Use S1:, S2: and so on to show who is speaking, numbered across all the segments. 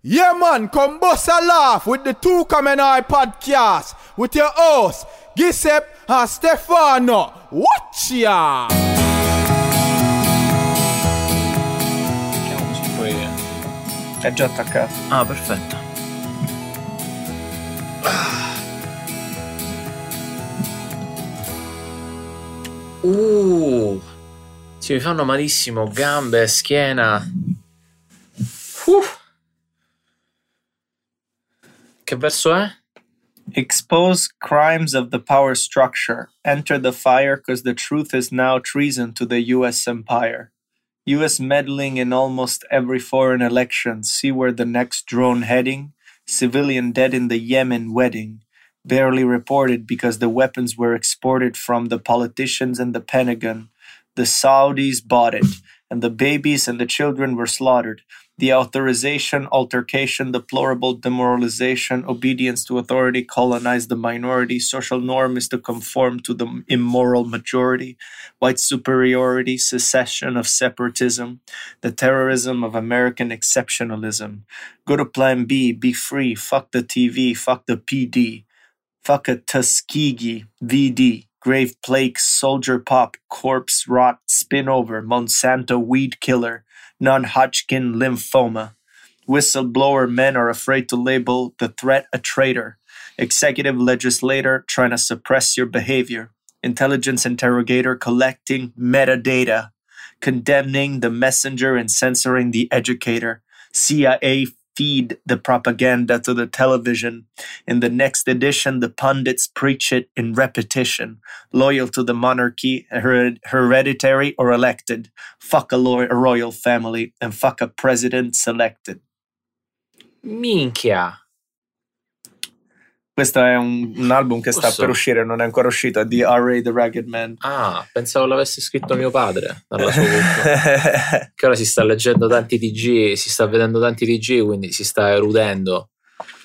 S1: Yeah, man, come bust a laugh with the Two Common Eye podcast with your hosts, Gisep and Stefano. Watch ya!
S2: Oh,
S3: Mettiamo così poi è già attaccato.
S4: Ah, perfetto. Uh, si mi fanno malissimo gambe, schiena. Uh. Che verso è?
S3: Expose crimes of the power structure. Enter the fire cause the truth is now treason to the US empire. US meddling in almost every foreign election. See where the next drone heading. Civilian dead in the Yemen wedding. Barely reported because the weapons were exported from the politicians and the Pentagon. The Saudis bought it, and the babies and the children were slaughtered. The authorization, altercation, deplorable demoralization, obedience to authority, colonize the minority, social norm is to conform to the immoral majority, white superiority, secession of separatism, the terrorism of American exceptionalism. Go to plan B, be free, fuck the TV, fuck the PD, fuck a Tuskegee, VD. Grave Plague, Soldier Pop, Corpse Rot, Spinover, Monsanto Weed Killer, Non Hodgkin Lymphoma. Whistleblower men are afraid to label the threat a traitor. Executive legislator trying to suppress your behavior. Intelligence interrogator collecting metadata. Condemning the messenger and censoring the educator. CIA feed the propaganda to the television. In the next edition, the pundits preach it in repetition. Loyal to the monarchy, hered- hereditary or elected. Fuck a, lo- a royal family and fuck a president selected.
S4: Minchia.
S3: Questo è un, un album che sta
S4: Questo-
S3: per uscire, non è ancora uscito, è di R.A. The Ragged Man.
S4: Ah, pensavo l'avesse scritto mio padre dalla sua cucca. Che ora si sta leggendo tanti TG, si sta vedendo tanti TG, quindi si sta erudendo.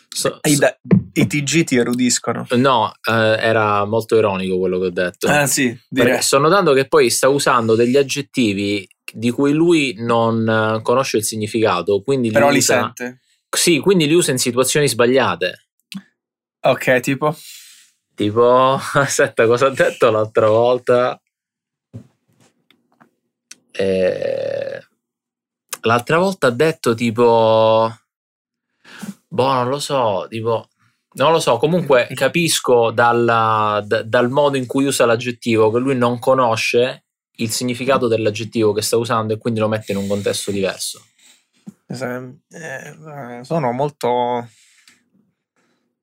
S4: So-
S3: I,
S4: so-
S3: da- i TG ti erudiscono.
S4: no, eh, era molto ironico quello che ho detto.
S3: Ah sì,
S4: Perché
S3: direi.
S4: sto notando che poi sta usando degli aggettivi di cui lui non eh, conosce il significato, quindi
S3: Però li
S4: usa,
S3: sente.
S4: sì, quindi li usa in situazioni sbagliate.
S3: Ok, tipo...
S4: Tipo, aspetta, cosa ha detto l'altra volta? Eh, l'altra volta ha detto tipo, boh, non lo so, tipo, non lo so, comunque capisco dalla- da- dal modo in cui usa l'aggettivo che lui non conosce il significato dell'aggettivo che sta usando e quindi lo mette in un contesto diverso.
S3: Se- eh, sono molto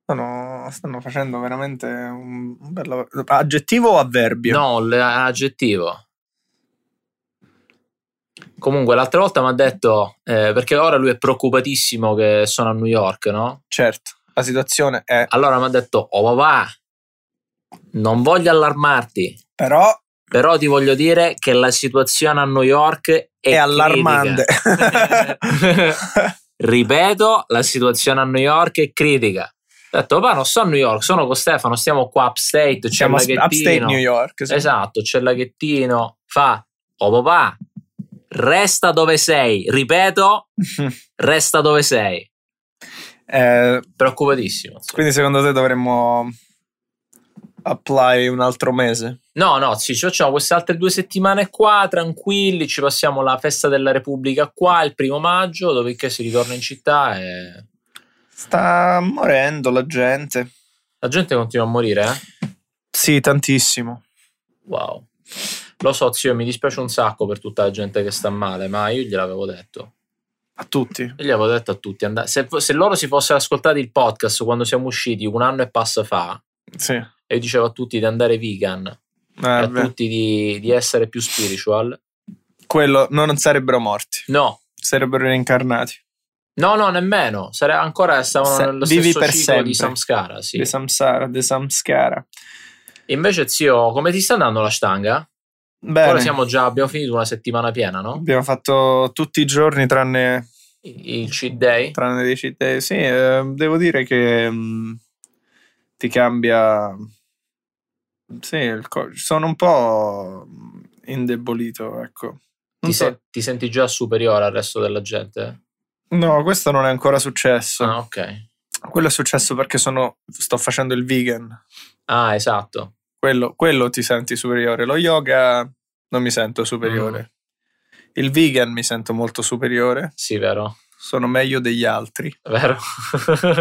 S3: sono- stanno facendo veramente un, un bel lavoro aggettivo o avverbio?
S4: No, l'aggettivo. Comunque, l'altra volta mi ha detto, eh, perché ora lui è preoccupatissimo che sono a New York, no?
S3: certo la situazione è
S4: Allora mi ha detto, oh papà, non voglio allarmarti,
S3: però
S4: però ti voglio dire che la situazione a New York è,
S3: è,
S4: critica."
S3: allarmante
S4: Ripeto, la situazione a New York è critica. Ho detto, papà, non sto a New York, sono con Stefano, stiamo qua upstate, c'è
S3: siamo a
S4: il laghettino."
S3: upstate New York sì.
S4: Esatto, c'è il laghettino, fa, oh papà, resta dove sei, ripeto, resta dove sei.
S3: Eh,
S4: Preoccupatissimo. insomma.
S3: quindi secondo te dovremmo apply un altro mese
S4: No, no, sì, ci facciamo queste altre due settimane qua, tranquilli, ci passiamo la festa della Repubblica qua, il primo maggio, dopodiché si ritorna in città e...
S3: sta morendo la gente
S4: La gente continua a morire, eh?
S3: sì tantissimo
S4: Wow. Lo so, zio, mi dispiace un sacco per tutta la gente che sta male, ma io gliel'avevo detto.
S3: a tutti
S4: Io gli avevo detto a tutti, andate- se, se loro si fossero ascoltati il podcast quando siamo usciti un anno e passa fa,
S3: sì
S4: e io dicevo a tutti di andare vegan,
S3: Eh,
S4: e a
S3: beh,
S4: tutti di, di essere più spiritual,
S3: quello no, non sarebbero morti
S4: no,
S3: sarebbero reincarnati
S4: no, no, nemmeno, sare- ancora stavano
S3: Se-
S4: nello
S3: vivi
S4: stesso
S3: per
S4: ciclo
S3: sempre.
S4: di Samskara, sì.
S3: De Samsara, De Samskara.
S4: Invece zio, come ti sta andando la stanga?
S3: Bene,
S4: Ora siamo già, abbiamo finito una settimana piena, no?
S3: abbiamo fatto tutti i giorni tranne,
S4: I- Il cheat day?
S3: tranne 10 day. Sì, eh, devo dire che mh, ti cambia... Sì, il co- sono un po' mm, indebolito, ecco.
S4: Ti,
S3: Non so,
S4: se- ti senti già superiore al resto della gente?
S3: No, questo non è ancora successo.
S4: Ah, ok.
S3: Quello è successo perché sono, sto facendo il vegan.
S4: Ah, esatto.
S3: Quello, quello ti senti superiore. Lo yoga non mi sento superiore.
S4: Mm.
S3: Il vegan mi sento molto superiore.
S4: Sì, vero.
S3: Sono meglio degli altri.
S4: Vero.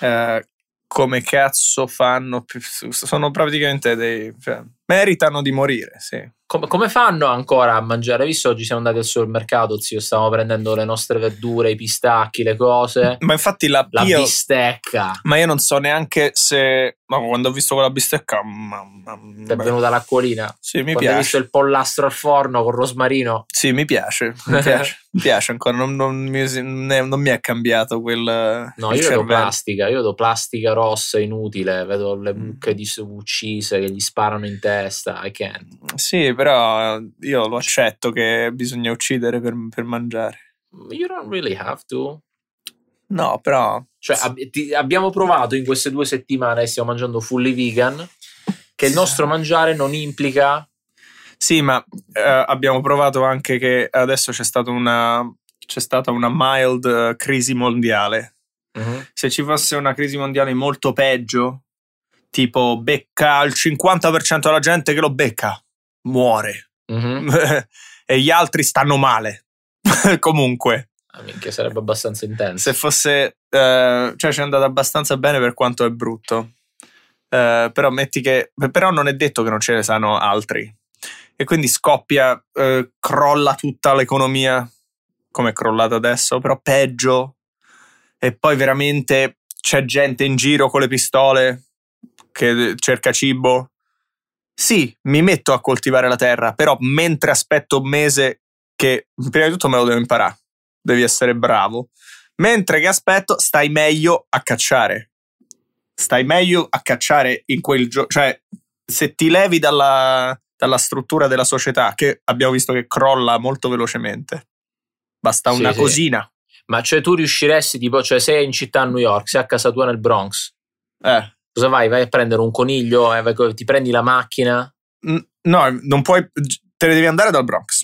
S3: Eh, come cazzo fanno? Sono praticamente dei. cioè, meritano di morire, sì.
S4: come, come fanno ancora a mangiare? Hai Visto oggi siamo andati al supermercato, zio, stavamo prendendo le nostre verdure, i pistacchi, le cose.
S3: Ma infatti la,
S4: La
S3: Pio-
S4: bistecca.
S3: Ma io non so neanche se. Ma quando ho visto quella bistecca. Mamma mia.
S4: Ti è venuta l'acquolina.
S3: Sì, mi
S4: Quando hai visto
S3: piace.
S4: il pollastro al forno con rosmarino.
S3: Sì, mi piace. Mi piace, mi piace ancora. Non, non mi, ne- non mi è cambiato quel.
S4: No,
S3: il
S4: io vedo
S3: cervello.
S4: plastica, io vedo plastica rossa inutile, vedo le
S3: Mm.
S4: mucche di su- uccise che gli sparano in testa, I can't.
S3: Sì, però io lo accetto che bisogna uccidere per, per mangiare.
S4: You don't really have to.
S3: No, però.
S4: Cioè, ab- ti- abbiamo provato in queste due settimane, stiamo mangiando fully vegan, che il nostro mangiare non implica...
S3: Sì, ma eh, abbiamo provato anche che adesso c'è stata una. C'è stata una mild eh, crisi mondiale. se ci fosse una crisi mondiale molto peggio, tipo becca il 50% della gente che lo becca, muore
S4: Mhm.
S3: e gli altri stanno male. Comunque,
S4: Ah, minchia, sarebbe abbastanza intenso.
S3: Ehm, se fosse, eh, cioè ci è andata abbastanza bene per quanto è brutto. Eh, però metti che, però non è detto che non ce ne saranno altri. E quindi scoppia, eh, crolla tutta l'economia come è crollata adesso, però peggio. E poi veramente c'è gente in giro con le pistole che eh, cerca cibo. Sì, mi metto a coltivare la terra, però mentre aspetto un mese che prima di tutto me lo devo imparare, devi essere bravo. Mentre che aspetto, stai meglio a cacciare. Stai meglio a cacciare in quel gioco. Cioè, se ti levi dalla, dalla struttura della società, che abbiamo visto che crolla molto velocemente, basta
S4: Sì,
S3: una
S4: sì.
S3: cosina.
S4: Ma cioè tu riusciresti, tipo, cioè sei in città a New York, sei a casa tua nel Bronx,
S3: Eh.
S4: cosa vai? Vai a prendere un coniglio, eh, vai co- ti prendi la macchina?
S3: N- No, non puoi. Te ne devi andare dal Bronx.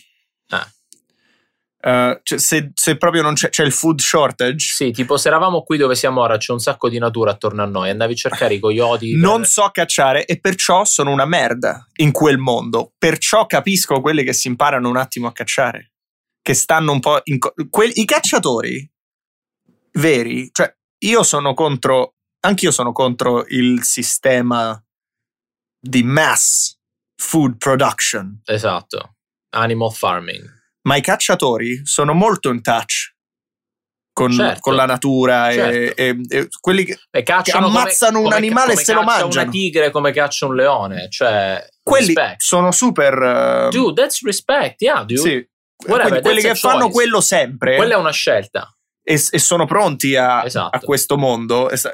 S4: Ah.
S3: Eh, cioè, se, se proprio non c'è, c'è il food shortage,
S4: Sì, tipo se eravamo qui dove siamo ora c'è un sacco di natura attorno a noi, andavi a cercare i coyote.
S3: non
S4: per-
S3: so cacciare e perciò sono una merda in quel mondo. Perciò capisco quelli che si imparano un attimo a cacciare, che stanno un po'. in co- quel- I cacciatori veri, cioè io sono contro. Anch'io sono contro il sistema di mass food production.
S4: Esatto, animal farming.
S3: ma i cacciatori sono molto in touch con,
S4: Certo.
S3: con la natura e-
S4: Certo.
S3: e, e quelli che,
S4: E cacciano
S3: Che ammazzano un animale e se lo
S4: caccia
S3: mangiano.
S4: una tigre come caccia un leone, cioè...
S3: quelli
S4: Respect.
S3: sono super eh,
S4: Dude, that's respect, yeah, dude.
S3: sì.
S4: Whatever,
S3: Quindi quelli
S4: that's a
S3: che fanno
S4: choice.
S3: quello sempre
S4: Quella è una scelta.
S3: e, e sono pronti Ah, a,
S4: Esatto.
S3: a questo mondo e sa-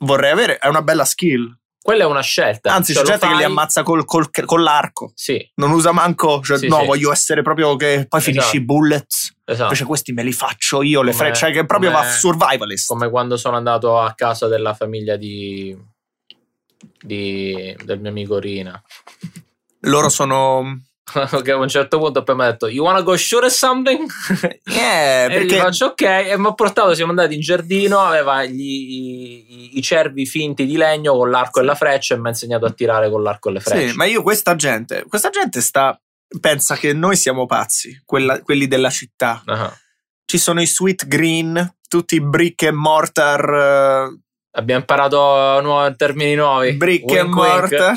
S3: vorrei avere è una bella skill
S4: Quella è una scelta.
S3: anzi
S4: Cioè,
S3: c'è
S4: lo
S3: gente che li
S4: fai-
S3: ammazza col- col- con l'arco
S4: Sì,
S3: non usa manco cioè,
S4: Sì,
S3: no
S4: sì.
S3: voglio essere proprio che poi finisci i
S4: Esatto.
S3: bullets
S4: esatto.
S3: invece questi me li faccio io le
S4: Come-
S3: frecce cioè che proprio
S4: come-
S3: va survivalist
S4: Come quando sono andato a casa della famiglia di... di... del mio amico Rina.
S3: loro sono
S4: che a un certo punto poi mi ha detto You wanna go shoot something?
S3: yeah
S4: e gli
S3: Eh, perché
S4: Eh, faccio ok e mi ha portato siamo andati in giardino aveva gli- i, i- i cervi finti di legno con l'arco e la freccia e mi ha insegnato a tirare con l'arco e le frecce
S3: Sì, ma io questa gente, questa gente sta, pensa che noi siamo pazzi, quella- quelli della città.
S4: Ah.
S3: Ci sono i sweet green, tutti i brick and mortar,
S4: abbiamo imparato nuovi termini
S3: eh,
S4: nuovi
S3: brick
S4: Wink,
S3: and
S4: wink.
S3: mortar,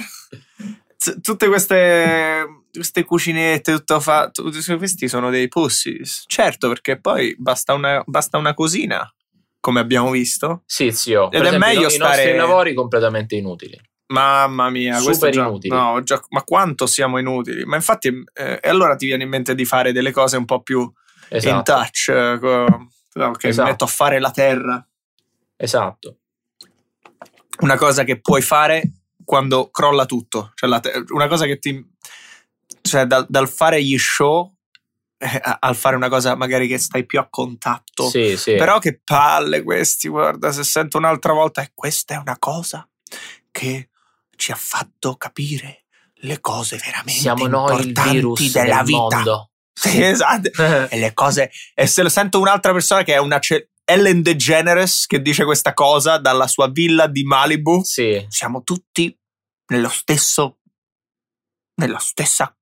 S3: Z- tutte queste, queste cucinette, tutto fatto, questi sono dei pussies. Certo, perché poi basta una, basta una cosina, come abbiamo visto.
S4: sì zio
S3: Ed è
S4: esempio,
S3: meglio
S4: i no- i
S3: stare-
S4: nostri lavori completamente inutili
S3: Mamma mia,
S4: Super
S3: questo è già-
S4: inutili.
S3: no, già- ma quanto siamo inutili? Ma infatti, eh, e allora ti viene in mente di fare delle cose un po' più in
S4: esatto
S3: touch, eh, co- no, che
S4: Esatto.
S3: mi metto a fare la terra,
S4: esatto
S3: una cosa che puoi fare quando crolla tutto, cioè la te- una cosa che ti, cioè dal, dal fare gli show eh, a- al fare una cosa magari che stai più a contatto,
S4: sì sì
S3: però che palle questi, guarda, se sento un'altra volta, e questa è una cosa che ci ha fatto capire le cose veramente
S4: siamo noi il
S3: importanti
S4: virus
S3: della
S4: del
S3: vita.
S4: mondo
S3: Esatto. e le cose. E se lo sento un'altra persona che è una. ce- Ellen DeGeneres che dice questa cosa dalla sua villa di Malibu.
S4: sì.
S3: Siamo tutti nello stesso. nella stessa.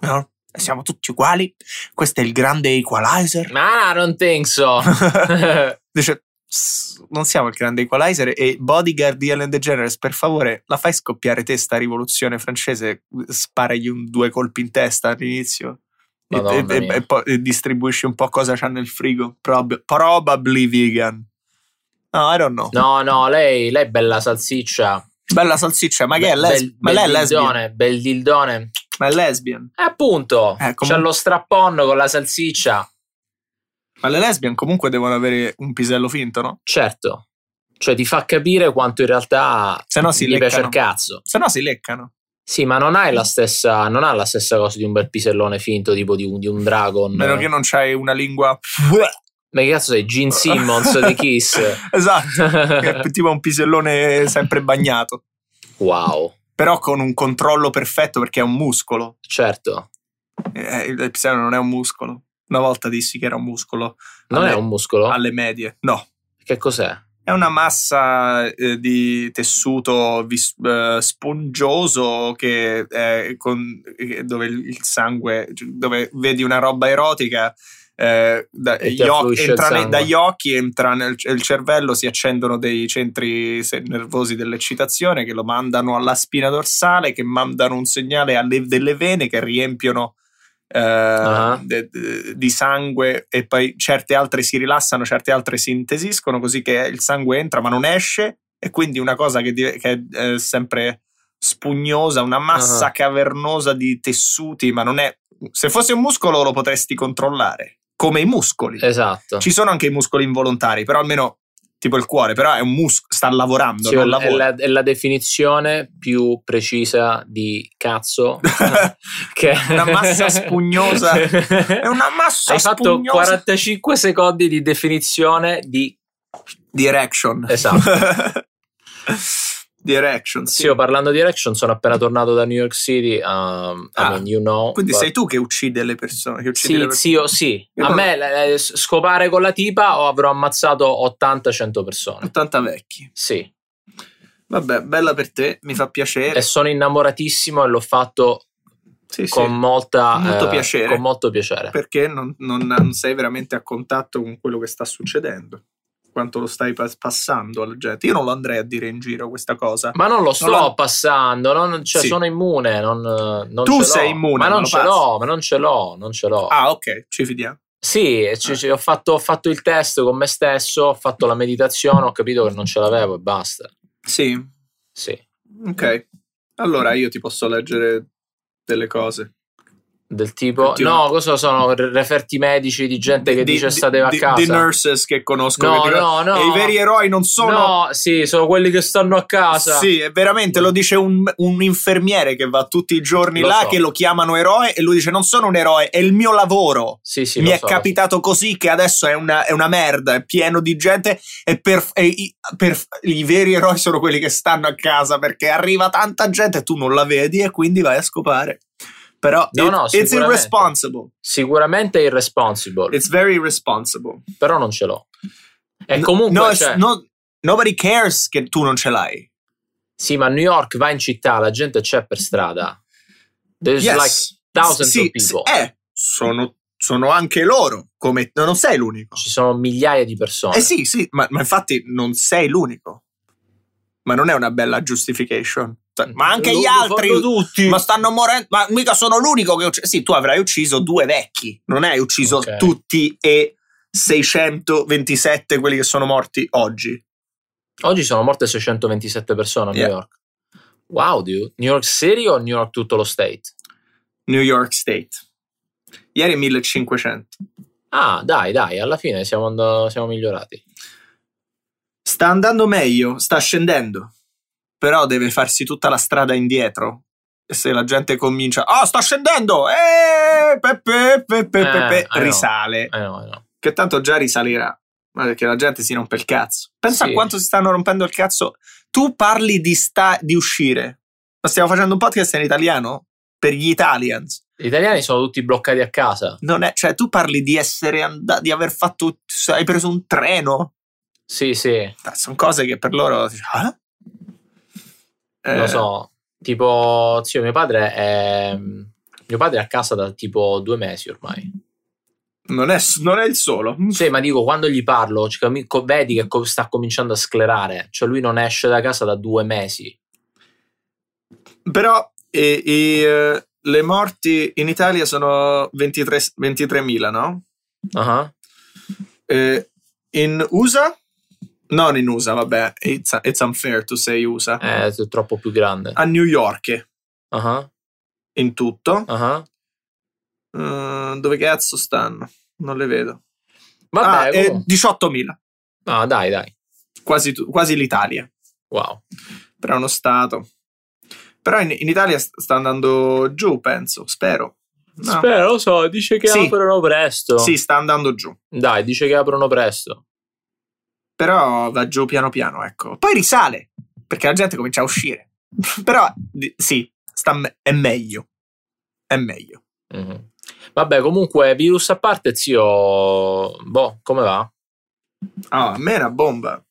S3: no? Siamo tutti uguali. Questo è il grande equalizer.
S4: Ma non think so.
S3: Dice. "Sss, Non siamo il grande equalizer e bodyguard di Ellen DeGeneres, per favore, la fai scoppiare te sta rivoluzione francese? Sparagli un, due colpi in testa all'inizio E- e,
S4: Madonna
S3: e-
S4: mia.
S3: e poi e distribuisci un po' cosa c'ha nel frigo. Prob- probably vegan. No, I don't know.
S4: No, no, lei, lei è bella salsiccia.
S3: Bella salsiccia, ma che è
S4: Bel-
S3: lesbian?
S4: bel-
S3: Ma lei è
S4: bel
S3: lesbian?
S4: dildone, Bel dildone.
S3: Ma è lesbian?
S4: E appunto,
S3: Eh, comunque-
S4: c'ha lo strapponno con la salsiccia.
S3: Ma le lesbian comunque devono avere un pisello finto, no?
S4: Certo. Cioè ti fa capire quanto in realtà
S3: Se no si
S4: gli piace il
S3: leccano.
S4: cazzo.
S3: Se no si leccano.
S4: Sì, ma non hai la stessa, non ha la stessa cosa di un bel pisellone finto, tipo di un, di un dragon.
S3: Meno che non c'hai una lingua...
S4: Ma che cazzo sei? Gene Simmons di Kiss.
S3: esatto. Che è tipo un pisellone sempre bagnato.
S4: wow,
S3: Però con un controllo perfetto perché è un muscolo.
S4: certo.
S3: Eh, Il pisello non è un muscolo. Una volta dissi che era un muscolo
S4: Non
S3: Alle-
S4: è un muscolo?
S3: alle medie. No,
S4: Che cos'è?
S3: È una massa eh, di tessuto vis- eh, spongioso che è con- eh, dove il il sangue, cioè, dove vedi una roba erotica, eh, da-
S4: E ti
S3: gli oc-
S4: affluisce il
S3: entra ne-
S4: sangue.
S3: dagli occhi, entra nel il cervello, si accendono dei centri se- nervosi dell'eccitazione che lo mandano alla spina dorsale, che mandano un segnale alle delle vene che riempiono. eh,
S4: Ah.
S3: de- de- di sangue e poi certe altre si rilassano, certe altre si intesiscono, così che il sangue entra ma non esce e quindi una cosa che, di- che è eh, sempre spugnosa, una massa
S4: Ah.
S3: cavernosa di tessuti, ma non è... Se fosse un muscolo lo potresti controllare, come i muscoli.
S4: Esatto.
S3: Ci sono anche i muscoli involontari, però almeno tipo il cuore, però è un muscolo, sta lavorando,
S4: Sì,
S3: non
S4: è,
S3: lavora.
S4: Cioè, la, è la definizione più precisa di cazzo che
S3: Una massa spugnosa. È
S4: È
S3: una massa
S4: Hai fatto
S3: spugnosa.
S4: 45 secondi di definizione di
S3: Direction.
S4: Esatto.
S3: Direction, sì.
S4: Sì, io parlando di Erection sono appena tornato da New York City. um, I
S3: Ah,
S4: mean, you know.
S3: Quindi
S4: but-
S3: sei tu che uccidi le persone. Che uccidi
S4: Sì,
S3: le persone.
S4: zio, sì.
S3: Io
S4: A
S3: non-
S4: me eh, s- scopare con la tipa o avrò ammazzato 80-100 persone.
S3: 80 vecchi.
S4: Sì.
S3: Vabbè, bella per te, mi fa piacere.
S4: E sono innamoratissimo e l'ho fatto
S3: Sì, sì.
S4: con molta
S3: Molto
S4: eh,
S3: piacere.
S4: Con molto piacere.
S3: Perché non, non- non sei veramente a contatto con quello che sta succedendo. Quanto lo stai pas- passando alla gente. Io non lo andrei a dire in giro questa cosa.
S4: Ma non lo sto
S3: Non lo-
S4: passando, non- cioè,
S3: Sì.
S4: sono immune. non- eh, non
S3: Tu
S4: ce l'ho.
S3: sei immune,
S4: ma
S3: ma
S4: non
S3: lo
S4: ce
S3: passi.
S4: l'ho, ma non ce l'ho, non ce l'ho.
S3: Ah, ok, ci fidiamo.
S4: Sì, e ci- ci- ho, fatto, ho fatto il test con me stesso, ho fatto la meditazione, ho capito che non ce l'avevo e basta.
S3: Sì,
S4: Sì,
S3: ok. Allora io ti posso leggere delle cose.
S4: del tipo,
S3: Continua.
S4: no, cosa sono re- referti medici di gente che
S3: Di-
S4: dice
S3: di-
S4: state a
S3: di-
S4: casa?
S3: Di nurses che conosco.
S4: no,
S3: che dicono-
S4: no, no.
S3: E i veri eroi non sono...
S4: No, sì, sono quelli che stanno a casa.
S3: Sì, è veramente lo dice un, un infermiere che va tutti i giorni
S4: Lo
S3: là,
S4: so.
S3: che lo chiamano eroe e lui dice non sono un eroe, è il mio lavoro.
S4: sì, sì,
S3: Mi
S4: lo
S3: è
S4: so.
S3: capitato così che adesso è una, è una merda, è pieno di gente e, per, e i, per- i veri eroi sono quelli che stanno a casa perché arriva tanta gente e tu non la vedi e quindi vai a scopare. Però
S4: No,
S3: it-
S4: no,
S3: it's
S4: sicuramente.
S3: irresponsible.
S4: Sicuramente è irresponsible,
S3: It's very irresponsible.
S4: però non ce l'ho. E
S3: No-
S4: comunque,
S3: no,
S4: cioè,
S3: it's- no- nobody cares che tu non ce l'hai.
S4: sì, ma a New York va in città, la gente c'è per strada. There's
S3: Yes.
S4: like thousands
S3: Sì,
S4: of people.
S3: sì, eh, sono, sono anche loro, come non sei l'unico.
S4: Ci sono migliaia di persone.
S3: Eh sì, sì, ma, ma infatti non sei l'unico. Ma non è una bella giustification. Cioè, Ma anche
S4: Lo-
S3: gli
S4: lo
S3: altri
S4: fanno tutti.
S3: ma stanno morendo, ma mica sono l'unico che ucc- Sì, tu avrai ucciso due vecchi, non hai ucciso
S4: Ok.
S3: tutti e 627 quelli che sono morti oggi.
S4: Oggi sono morte 627 persone a New
S3: Yeah.
S4: York. Wow, dude. New York City o New York tutto lo state?
S3: New York State. Ieri 1500.
S4: Ah, dai, dai, alla fine siamo, and- siamo migliorati.
S3: Sta andando meglio, sta scendendo, però deve farsi tutta la strada indietro. E se la gente comincia, ah, sta scendendo, eh, pe, pe, pe, pe, pe,
S4: Eh,
S3: pe",
S4: eh no.
S3: risale,
S4: Eh no, eh no.
S3: che tanto già risalirà, ma perché la gente si rompe il cazzo. Pensa
S4: Sì.
S3: a quanto si stanno rompendo il cazzo. Tu parli di, sta- di uscire, ma stiamo facendo un podcast in italiano per gli Italians.
S4: Gli italiani sono tutti bloccati a casa.
S3: Non è, cioè, tu parli di essere andato, di aver fatto. Hai preso un treno.
S4: Sì, sì,
S3: Sono cose che per loro. dici, "Ah?" Eh,
S4: lo so. Tipo, zio, mio padre è. Mio padre è a casa da tipo due mesi ormai.
S3: Non è, non è il solo.
S4: Sì, ma dico, quando gli parlo, cioè, mi- co- vedi che co- sta cominciando a sclerare. Cioè, lui non esce da casa da due mesi.
S3: Però e- e, eh, le morti in Italia sono 23 23.000, no?
S4: Ah,
S3: Eh, in USA? Non in USA, vabbè, it's, it's unfair to say USA.
S4: Eh, È troppo più grande.
S3: A New York
S4: Ah,
S3: in tutto.
S4: ah.
S3: Eh, dove cazzo stanno? Non le vedo. ah,
S4: Vabbè, oh.
S3: eh,
S4: comunque-
S3: 18.000,
S4: ah, dai, dai.
S3: quasi, tu- quasi l'Italia.
S4: Wow.
S3: Però è uno stato. Però in, in Italia st- sta andando giù, penso, spero. No.
S4: Spero, lo so, dice che
S3: Sì.
S4: aprono presto.
S3: Sì, sta andando giù.
S4: Dai, dice che aprono presto.
S3: però va giù piano piano, ecco. Poi risale, perché la gente comincia a uscire. però di- sì, sta me- è meglio. È meglio.
S4: Mhm. Vabbè, comunque, virus a parte, zio. Boh, come va?
S3: Ah, a me è una bomba.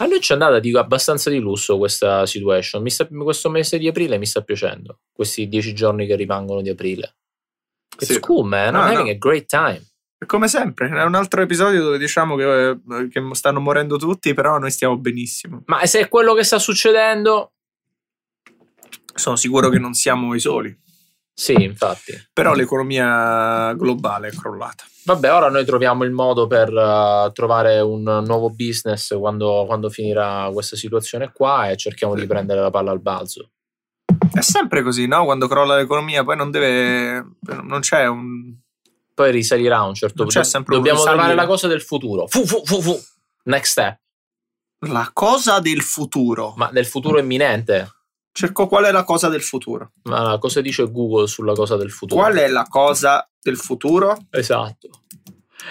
S4: A noi ci è andata dico, abbastanza di lusso questa situation. Mi sta- questo mese di aprile mi sta piacendo. Questi dieci giorni che rimangono di aprile. It's
S3: Sì.
S4: cool, man.
S3: No,
S4: I'm
S3: no.
S4: having a great time.
S3: Come sempre, è un altro episodio dove diciamo che, che stanno morendo tutti, però noi stiamo benissimo.
S4: Ma se è quello che sta succedendo.
S3: Sono sicuro che non siamo i soli.
S4: Sì, infatti.
S3: Però l'economia globale è crollata.
S4: Vabbè, ora noi troviamo il modo per eh, trovare un nuovo business quando, quando finirà questa situazione qua e cerchiamo di prendere la palla al balzo.
S3: È sempre così, no? Quando crolla l'economia, poi non deve. non c'è un.
S4: Poi risalirà a un certo
S3: Non c'è
S4: punto.
S3: sempre un
S4: Dobbiamo trovare
S3: risalire.
S4: la cosa del futuro. Fu, fu, fu, fu. Next step.
S3: La cosa del futuro.
S4: Ma del futuro imminente.
S3: Cerco qual è la cosa del futuro.
S4: Ma cosa dice Google sulla cosa del futuro?
S3: Qual è la cosa del futuro?
S4: Esatto.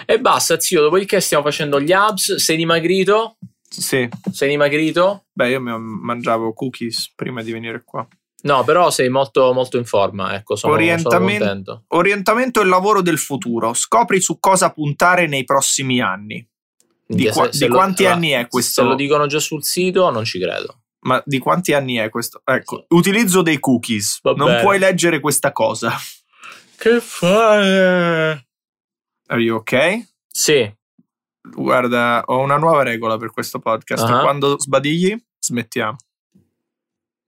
S4: E basta, zio. Dopodiché stiamo facendo gli abs. Sei dimagrito?
S3: Sì,
S4: Sei dimagrito?
S3: beh, io mi mangiavo cookies prima di venire qua.
S4: No, però sei molto, molto in forma. Ecco, sono, sono
S3: Orientamento-
S4: contento.
S3: Orientamento e lavoro del futuro. Scopri su cosa puntare nei prossimi anni. Di, qua-
S4: Se- se
S3: di
S4: lo-
S3: quanti
S4: allora,
S3: anni è
S4: Se lo
S3: questo?
S4: dicono già sul sito, non ci credo.
S3: Ma di quanti anni è questo? Ecco, utilizzo dei cookies.
S4: Va
S3: non
S4: bene.
S3: puoi leggere questa cosa.
S4: Che fare?
S3: Are you ok?
S4: Sì,
S3: Guarda, ho una nuova regola per questo podcast.
S4: Ah.
S3: Quando sbadigli, smettiamo.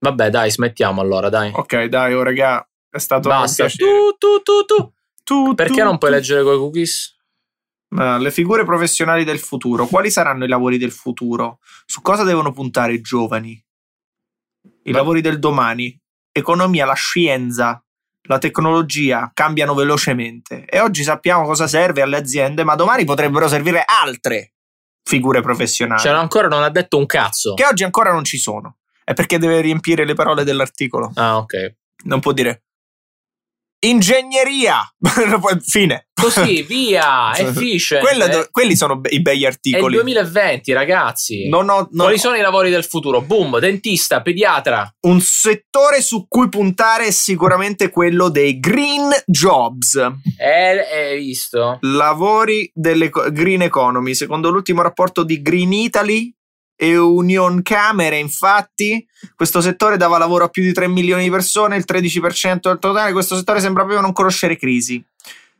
S4: vabbè, dai, smettiamo allora, dai.
S3: Ok, dai, oh, raga, è stato
S4: Basta.
S3: un piacere.
S4: Tu, tu, tu, tu.
S3: Tu,
S4: Perché
S3: tu,
S4: non puoi
S3: tu.
S4: leggere coi cookies?
S3: Ma le figure professionali del futuro, quali saranno i lavori del futuro? Su cosa devono puntare i giovani? I
S4: Beh.
S3: lavori del domani, economia, la scienza, la tecnologia cambiano velocemente e oggi sappiamo cosa serve alle aziende, ma domani potrebbero servire altre figure professionali
S4: Cioè, ancora non ha detto un cazzo.
S3: Ah. che oggi ancora non ci sono. È perché deve riempire le parole dell'articolo.
S4: Ah, ok.
S3: Non può dire ingegneria. Fine.
S4: Così, via, efficient.
S3: Quella Cioè, do-
S4: è,
S3: quelli sono be- i bei
S4: è il
S3: articoli.
S4: 2020, ragazzi.
S3: Non ho- non
S4: Quali
S3: ho-
S4: sono i lavori del futuro? Boom, dentista, pediatra.
S3: Un settore su cui puntare è sicuramente quello dei green jobs,
S4: Eh, hai visto?
S3: lavori delle co- green economy. Secondo l'ultimo rapporto di Green Italy e Union Camere, infatti, questo settore dava lavoro a più di 3 milioni di persone, il 13% del totale. Questo settore sembra proprio non conoscere crisi.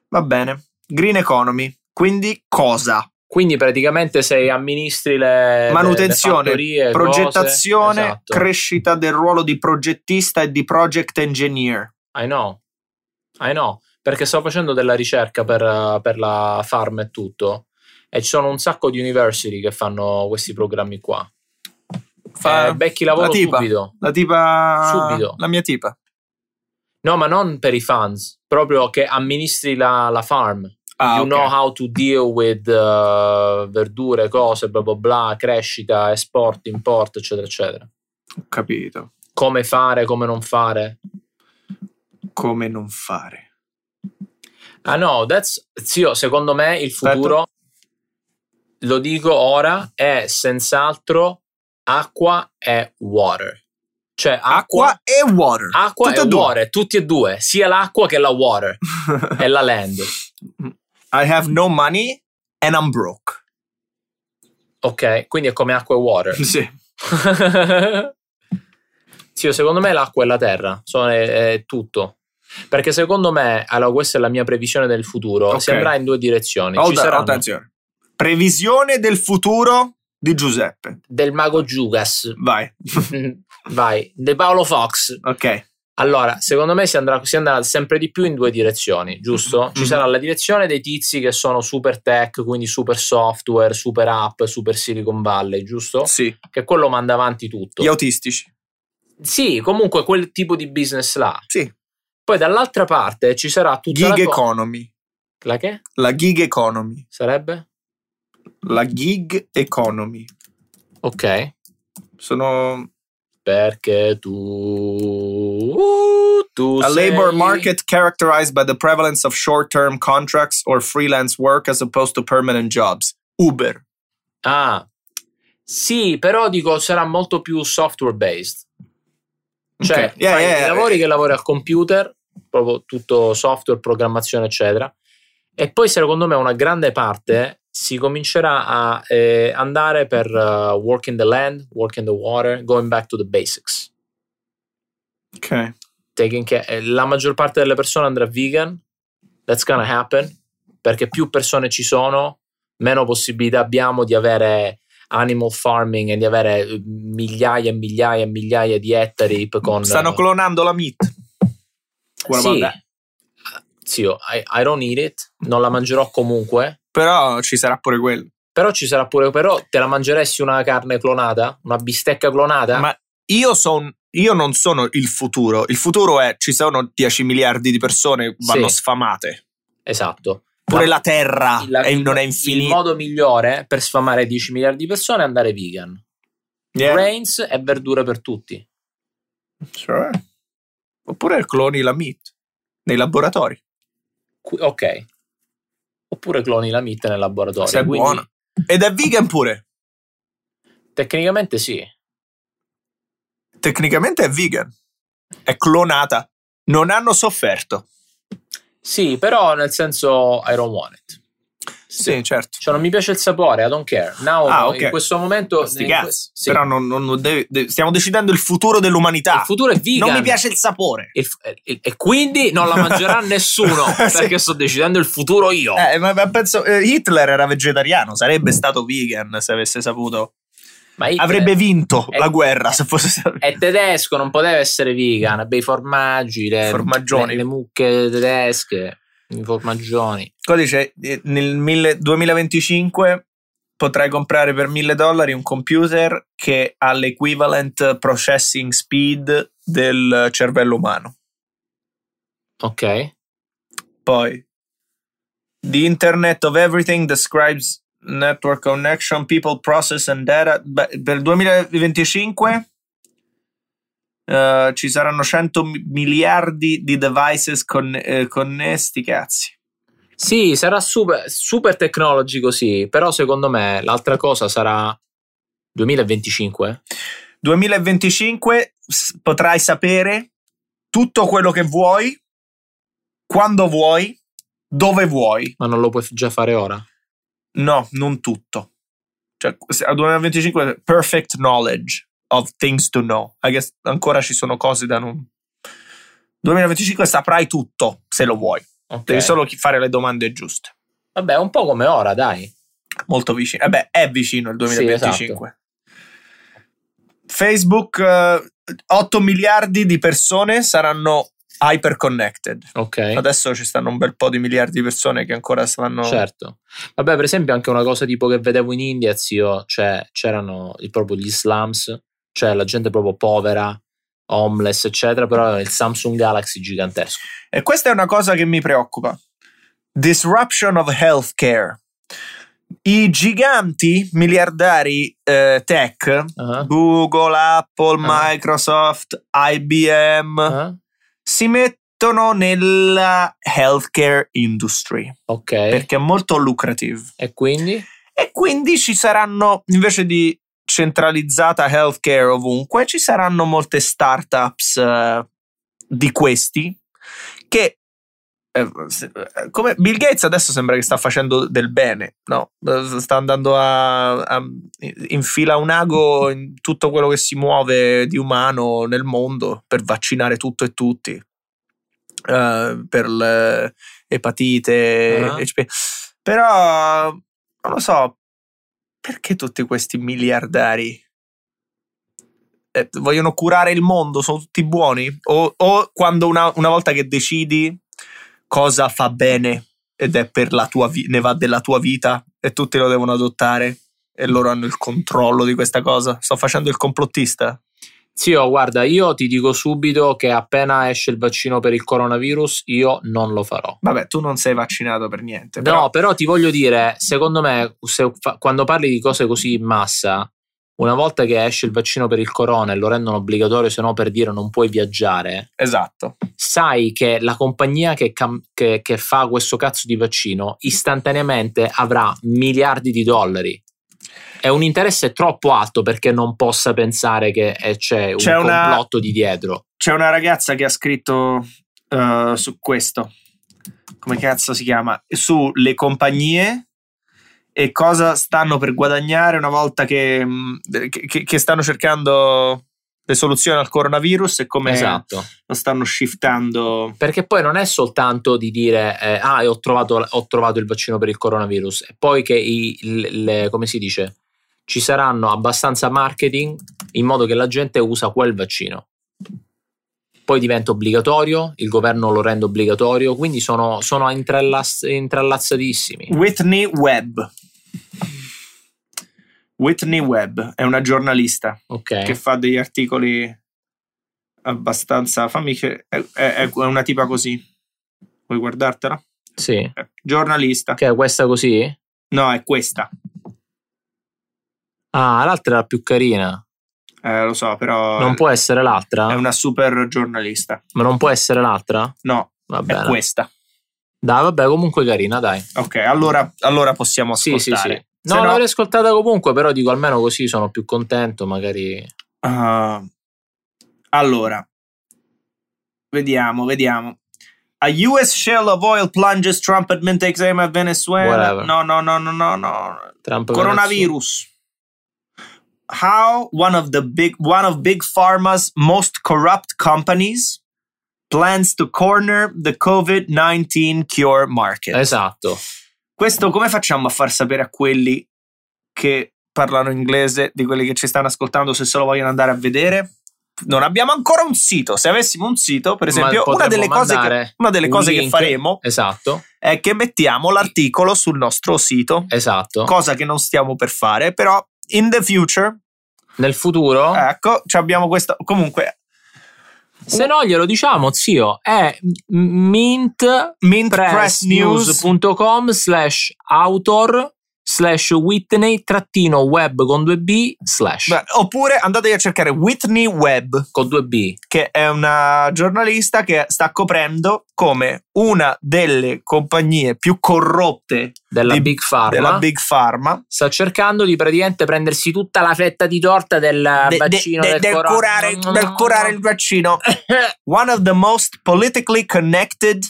S3: Va bene, green economy. Quindi cosa?
S4: Quindi praticamente se amministri Eh, le le-
S3: Manutenzione,
S4: le fattorie, cose.
S3: Progettazione,
S4: Esatto.
S3: crescita del ruolo di progettista e di project engineer.
S4: I know, I know, perché sto facendo della ricerca per, eh, per la farm e tutto, e ci sono un sacco di university che fanno questi programmi qua.
S3: Fa-
S4: Eh, becchi lavoro
S3: la tipa.
S4: subito.
S3: La tipa.
S4: Subito.
S3: La mia tipa.
S4: No, ma non per i fans, proprio che amministri la, la farm.
S3: Ah,
S4: you know how to deal with eh, verdure, cose, bla bla bla, crescita, export, import, eccetera, eccetera.
S3: Ho capito.
S4: Come fare, come non fare.
S3: Come non fare.
S4: Ah no, that's, zio, secondo me il futuro, lo dico ora, è senz'altro acqua e water. Cioè, acqua,
S3: Acqua e water.
S4: acqua
S3: tutte
S4: e
S3: e due.
S4: water, tutti e due, sia l'acqua che la water e la land.
S3: I have no money and I'm broke.
S4: Ok, quindi è come acqua e water.
S3: Sì.
S4: sì, secondo me l'acqua e la terra sono, eh, è, è tutto. Perché secondo me, allora questa è la mia previsione del futuro,
S3: Ok.
S4: si andrà in due direzioni. Ci
S3: Hold on,
S4: saranno
S3: attenzione. Previsione del futuro di Giuseppe.
S4: del mago Giugas,
S3: Vai.
S4: vai, De Paolo Fox.
S3: Ok.
S4: Allora, secondo me si andrà, si andrà sempre di più in due direzioni, giusto? Ci
S3: Mhm.
S4: sarà la direzione dei tizi che sono super tech, quindi super software, super app, super Silicon Valley, giusto?
S3: Sì.
S4: Che quello manda avanti tutto.
S3: Gli autistici.
S4: Sì, comunque quel tipo di business là.
S3: Sì.
S4: Poi dall'altra parte ci sarà tutta
S3: Gig
S4: la, co-
S3: economy.
S4: la che
S3: La gig economy.
S4: sarebbe?
S3: La gig economy.
S4: Ok.
S3: Sono
S4: Perché tu tu
S3: a
S4: sei-
S3: labor market characterized by the prevalence of short-term contracts or freelance work as opposed to permanent jobs. Uber.
S4: Ah. Sì, però dico sarà molto più software based. Cioè,
S3: Ok. Yeah,
S4: fai
S3: yeah,
S4: i
S3: yeah.
S4: lavori che lavori al computer, proprio tutto software, programmazione, eccetera. E poi, secondo me, una grande parte si comincerà a eh, andare per eh, work in the land, work in the water, going back to the basics.
S3: Ok.
S4: taking care- eh, la maggior parte delle persone andrà vegan. That's gonna happen. Perché più persone ci sono, meno possibilità abbiamo di avere animal farming e di avere eh, migliaia e migliaia e migliaia di ettari p- con. eh,
S3: Stanno clonando la meat. What about
S4: Sì. Ah,
S3: that?
S4: Zio, I, I don't eat it, non la mangerò comunque.
S3: Però ci sarà pure quello.
S4: Però ci sarà pure. Però te la mangeresti una carne clonata? Una bistecca clonata?
S3: Ma io, son- io non sono il futuro. Il futuro è ci sono 10 miliardi di persone vanno
S4: Sì.
S3: sfamate.
S4: esatto.
S3: Pure
S4: Ma-
S3: la terra
S4: la-
S3: è- non è
S4: Il
S3: infinita.
S4: modo migliore per sfamare 10 miliardi di persone è andare vegan.
S3: Yeah.
S4: grains e verdure per tutti.
S3: Sure. Cioè, Oppure cloni la meat nei laboratori.
S4: Qui- ok. Oppure cloni la meat nel laboratorio.
S3: Se è
S4: Quindi,
S3: buona. Ed è vegan pure.
S4: Tecnicamente sì.
S3: Tecnicamente è vegan. È clonata. Non hanno sofferto.
S4: Sì, però nel senso I don't want it.
S3: Sì, certo.
S4: Cioè non mi piace il sapore, I don't care. Now,
S3: Ah, ok.
S4: in questo momento...
S3: Sti
S4: in
S3: cazzi.
S4: que- sì.
S3: Però non, non- non devi- de- stiamo decidendo il futuro
S4: il
S3: dell'umanità.
S4: futuro è vegan.
S3: Non mi piace il sapore.
S4: Il f- e- e quindi non la mangerà nessuno
S3: Sì.
S4: perché sto decidendo il futuro io.
S3: Eh, ma, ma penso eh, Hitler era vegetariano, sarebbe stato vegan se avesse saputo.
S4: Ma Hitler
S3: Avrebbe vinto
S4: eh,
S3: la guerra
S4: eh,
S3: se fosse stato
S4: È tedesco, non poteva essere vegan. Bei formaggi, le,
S3: Formaggioni.
S4: le- le mucche tedesche, i formaggioni.
S3: Qua dice eh, nel mille- 2025 potrai comprare per 1000 dollari un computer che ha l'equivalent processing speed del cervello umano.
S4: Ok.
S3: Poi The Internet of Everything describes network connection, people, process and data. Beh, per il 2025 eh, ci saranno 100 mi- miliardi di devices con, eh, connessi, cazzi.
S4: Sì, sarà super, super tecnologico, sì, però secondo me l'altra cosa sarà 2025.
S3: 2025 s- potrai sapere tutto quello che vuoi, quando vuoi, dove vuoi.
S4: Ma non lo puoi già fare ora?
S3: No, non tutto. Cioè, se- a 2025 perfect knowledge of things to know. I guess ancora ci sono cose da non... 2025 saprai tutto se lo vuoi.
S4: Ok.
S3: Devi solo chi- fare le domande giuste.
S4: Vabbè, un po' come ora, dai.
S3: Molto vicino. Eh beh, è vicino il
S4: Sì, esatto.
S3: 2025. Facebook, eh, 8 miliardi di persone saranno hyperconnected.
S4: Ok.
S3: Adesso ci stanno un bel po' di miliardi di persone che ancora stanno...
S4: Certo. Vabbè, per esempio, anche una cosa tipo che vedevo in India, zio, cioè c'erano i- proprio gli slums, cioè la gente proprio povera, homeless, eccetera, però avevano il Samsung Galaxy gigantesco.
S3: E questa è una cosa che mi preoccupa. Disruption of healthcare. I giganti miliardari eh, tech,
S4: Ah,
S3: Google, Apple,
S4: Ah.
S3: Microsoft, IBM,
S4: ah,
S3: si mettono nella healthcare industry
S4: Ok.
S3: perché è molto lucrative.
S4: E quindi?
S3: E quindi ci saranno, invece di centralizzata healthcare ovunque, ci saranno molte startups eh, di questi che eh, se- eh, come Bill Gates adesso sembra che sta facendo del bene, no? Eh, Sta andando a, a infila un ago in tutto quello che si muove di umano nel mondo per vaccinare tutto e tutti. Eh, per l'epatite,
S4: Ah.
S3: però non lo so perché tutti questi miliardari eh, vogliono curare il mondo, sono tutti buoni? O, o quando una, una volta che decidi cosa fa bene ed è per la tua vita, ne va della tua vita e tutti lo devono adottare e loro hanno il controllo di questa cosa? Sto facendo il complottista?
S4: Zio, guarda, io ti dico subito che appena esce il vaccino per il coronavirus, io non lo farò.
S3: Vabbè, tu non sei vaccinato per niente.
S4: No,
S3: Eh, però-
S4: però ti voglio dire, secondo me, se fa- quando parli di cose così in massa, una volta che esce il vaccino per il corona e lo rendono obbligatorio, se no per dire non puoi viaggiare,
S3: Esatto.
S4: sai che la compagnia che, cam- che- che fa questo cazzo di vaccino istantaneamente avrà miliardi di dollari. È un interesse troppo alto perché non possa pensare che eh, c'è un
S3: C'è una-
S4: complotto di dietro.
S3: C'è una ragazza che ha scritto eh, su questo. Come cazzo si chiama? Sulle compagnie e cosa stanno per guadagnare una volta che, mh, che- che- che stanno cercando le soluzioni al coronavirus e come
S4: Esatto.
S3: lo stanno shiftando.
S4: Perché poi non è soltanto di dire eh, ah, ho trovato, ho trovato il vaccino per il coronavirus, e poi che i- il- le- come si dice? Ci saranno abbastanza marketing in modo che la gente usa quel vaccino. Poi diventa obbligatorio, il governo lo rende obbligatorio, quindi sono, sono intrallas- intrallazzatissimi.
S3: Whitney Webb. Whitney Webb è una giornalista
S4: Ok.
S3: che fa degli articoli abbastanza. Fammi che. È, è- è una tipa così. Vuoi guardartela?
S4: Sì.
S3: Eh, Giornalista.
S4: Che è questa così?
S3: No, è questa.
S4: Ah, l'altra era più carina.
S3: Eh, lo so, però.
S4: Non può essere
S3: È
S4: l'altra?
S3: una super giornalista.
S4: Ma non può essere l'altra?
S3: No,
S4: Va
S3: è
S4: bene.
S3: questa.
S4: Dai, vabbè, comunque carina, dai.
S3: Ok, allora, allora possiamo
S4: Sì,
S3: ascoltare.
S4: sì, sì.
S3: Se
S4: No,
S3: no-
S4: l'avrei ascoltata comunque, però dico almeno così sono più contento, magari.
S3: Ah, allora, vediamo, vediamo. A US shell of oil plunges Trump admin takes aim at Venezuela.
S4: Whatever.
S3: No, no, no, no, no, no.
S4: Trump
S3: Coronavirus. How one of the big one of big pharma's most corrupt companies plans to corner the COVID-19 cure market.
S4: Esatto.
S3: Questo come facciamo a far sapere a quelli che parlano inglese, di quelli che ci stanno ascoltando, se se lo vogliono andare a vedere? Non abbiamo ancora un sito. Se avessimo un sito, per
S4: Ma
S3: esempio, una
S4: potremmo
S3: delle cose, che,
S4: mandare
S3: una delle
S4: un
S3: cose che
S4: link.
S3: faremo
S4: Esatto.
S3: è che mettiamo l'articolo sul nostro sito,
S4: Esatto.
S3: cosa che non stiamo per fare, però in the future,
S4: Nel futuro,
S3: ecco, ci abbiamo questa. Comunque,
S4: se no glielo diciamo, zio, è mint
S3: mintpressnews.com
S4: pressnews.com slash autor slash whitney trattino web con 2 b slash
S3: Beh, oppure andatevi a cercare Whitney Webb.
S4: con 2 b
S3: che è una giornalista che sta coprendo come una delle compagnie più corrotte
S4: della
S3: Di-
S4: Big Pharma
S3: della Big Pharma
S4: sta cercando di praticamente prendersi tutta la fetta di torta del
S3: de- de-
S4: vaccino
S3: de-
S4: del,
S3: del,
S4: corona. Mm,
S3: curare, del curare il vaccino. One of the most politically connected